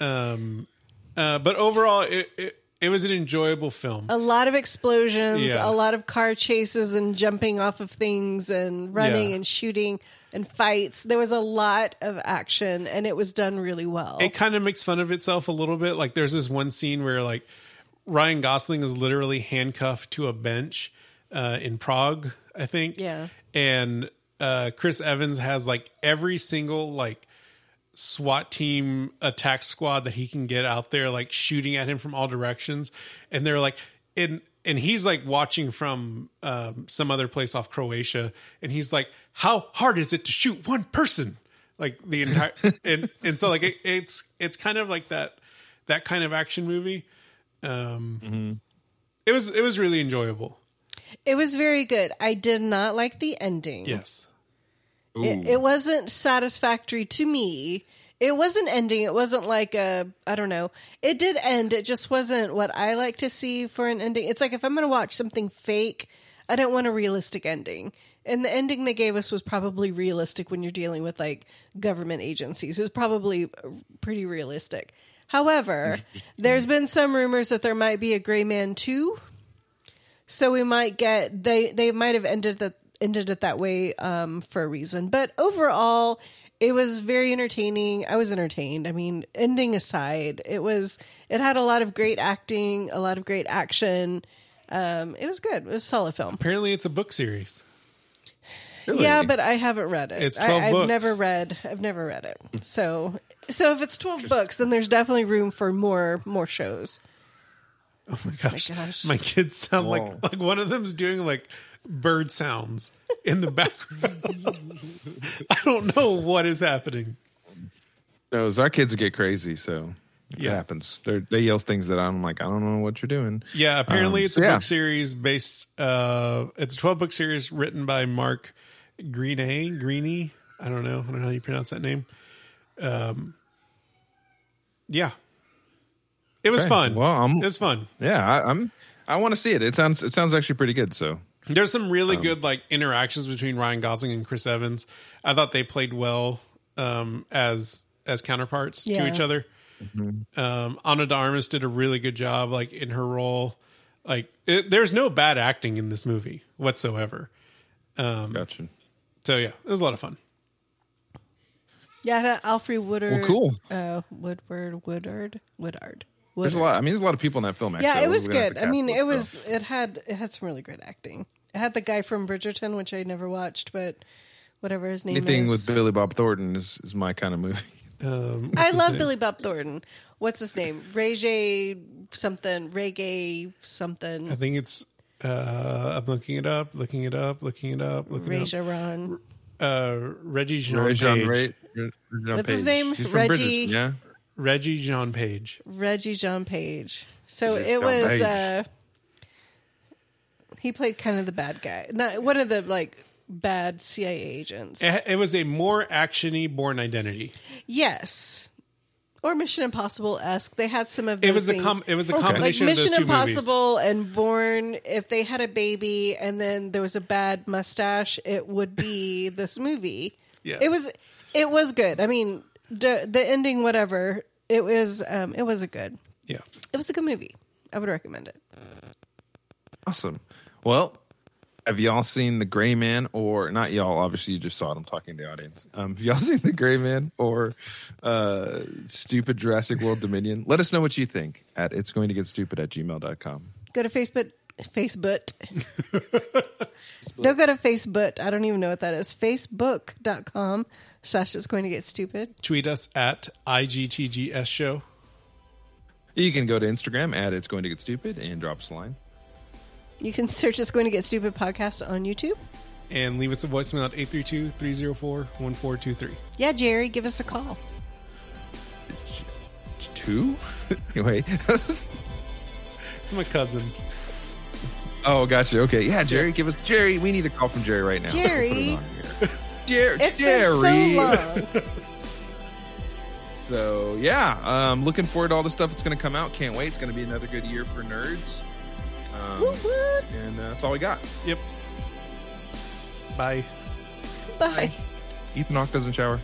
um Uh, but overall, it, it it was an enjoyable film.
A lot of explosions,
Yeah.
a lot of car chases and jumping off of things and running
Yeah.
and shooting and fights. There was a lot of action and it was done really well.
it kind of makes fun of itself a little bit. Like there's this one scene where like Ryan Gosling is literally handcuffed to a bench uh, in Prague, I think.
Yeah.
And uh, Chris Evans has like every single like SWAT team attack squad that he can get out there, like shooting at him from all directions, and they're like and and he's like watching from um, some other place off Croatia, and he's like, "How hard is it to shoot one person?" Like the entire and and so like it, it's it's kind of like that that kind of action movie. Um, It was it was really enjoyable.
It was very good. I did not like the ending.
Yes,
Ooh.
It, it wasn't satisfactory to me. It wasn't ending. It wasn't like a I don't know. It did end. It just wasn't what I like to see for an ending. It's like if I'm going to watch something fake, I don't want a realistic ending. And the ending they gave us was probably realistic when you're dealing with like government agencies. It was probably pretty realistic. However, there's been some rumors that there might be a Gray Man 2. So we might get they they might have ended that ended it that way um, for a reason. But overall, it was very entertaining. I was entertained. I mean, ending aside, it was it had a lot of great acting, a lot of great action. Um, it was good. It was a solid film.
apparently it's a book series.
Really?
Yeah, but I haven't read it.
It's
I-
12
I've
books.
never read. I've never read
Hmm.
it. So so if it's twelve books, then there's definitely room for more more shows.
Oh my gosh.
gosh.
My kids sound
Whoa.
like like one of them's doing like bird sounds in the background. I don't know what is happening.
those our kids get crazy, so it
Yeah.
happens. They're, they yell things that I'm like, I don't know what you're doing.
Yeah, apparently
Um,
it's
so
a
yeah.
book series based uh it's a 12 book series written by Mark Greenay, Greeny. I don't know. I don't know how you pronounce that name. Um Yeah. It was
Okay.
fun.
Well, I'm-
it was fun.
Yeah, I, I'm. I want to see it. It sounds. It sounds actually pretty good. So
There's some really good like interactions between Ryan Gosling and Chris Evans. I thought they played well um, as as counterparts
Yeah.
to each other. Um, Anna de Armas did a really good job, like in her role. Like, it, there's no bad acting in this movie whatsoever.
gotcha.
So yeah, it was a lot of fun.
Yeah, it had Alfred Woodard.
Well, cool.
Uh, Woodward, Woodard, Woodard.
There's a lot. I mean, there's a lot of people in that film. Actually,
Yeah, it
We're
was
gonna have to
good. I
cap
mean,
this,
it
though.
was it had it had some really great acting. It had the guy from Bridgerton, which I never watched, but whatever his name
anything
is.
with Billy Bob Thornton is, is my kind of movie.
Um, what's
I
his
love
name?
Billy Bob Thornton. What's his name? Ray J something, reggae something,
I think it's. Uh, I'm looking it up, looking it up, looking it up, looking
Ray
it up.
Ron.
Uh, Reggie Jean
Ray John
Page.
Ray. Ray- John
What's his
Page.
name?
He's from
Reggie-
Bridgerton, Yeah.
Reggie Jean Page.
Reggie John Page. So
Reggie
it
John
was
Page.
uh he played kind of the bad guy. Not one of the like bad CIA agents.
It, it was a more actiony Born Identity.
Yes. Or Mission Impossible esque. They had some of those
It was a
things.
com- it was a
Okay.
like
combination of
Mission
those two movies.
Impossible and Born. If they had a baby and then there was a bad mustache, it would be this movie.
Yes.
It was. It was good. I mean, d- the ending, whatever. It was. Um, it was a good.
Yeah.
It was a good movie. I would recommend it.
Awesome. Well, have y'all seen The Gray Man or not y'all? Obviously, you just saw it. I'm talking to the audience. Um, have y'all seen The Gray Man or uh, Stupid Jurassic World Dominion? Let us know what you think at it's going to get stupid at gmail.com.
Go to Facebook. Facebook. Don't go to Facebook. I don't even know what that is. Facebook.com slash it's going to get stupid.
Tweet us at IGTGS show.
You can go to Instagram at it's going to get stupid and drop us a line.
You can search It's Going to Get Stupid podcast on YouTube.
And leave us a voicemail at 832 304 1423.
Yeah, Jerry, give us a call.
Two? anyway.
It's my cousin.
oh, gotcha. Okay. Yeah, Jerry, give us Jerry. We need a call from Jerry right now.
Jerry.
Put it on here. Jer-
It's
Jerry.
been so long.
So yeah, um, looking forward to all the stuff that's going to come out. Can't wait. It's going to be another good year for nerds. Um,
Woot woot.
and uh, that's all we got.
Yep. Bye.
Bye.
Ethan Hawke doesn't shower.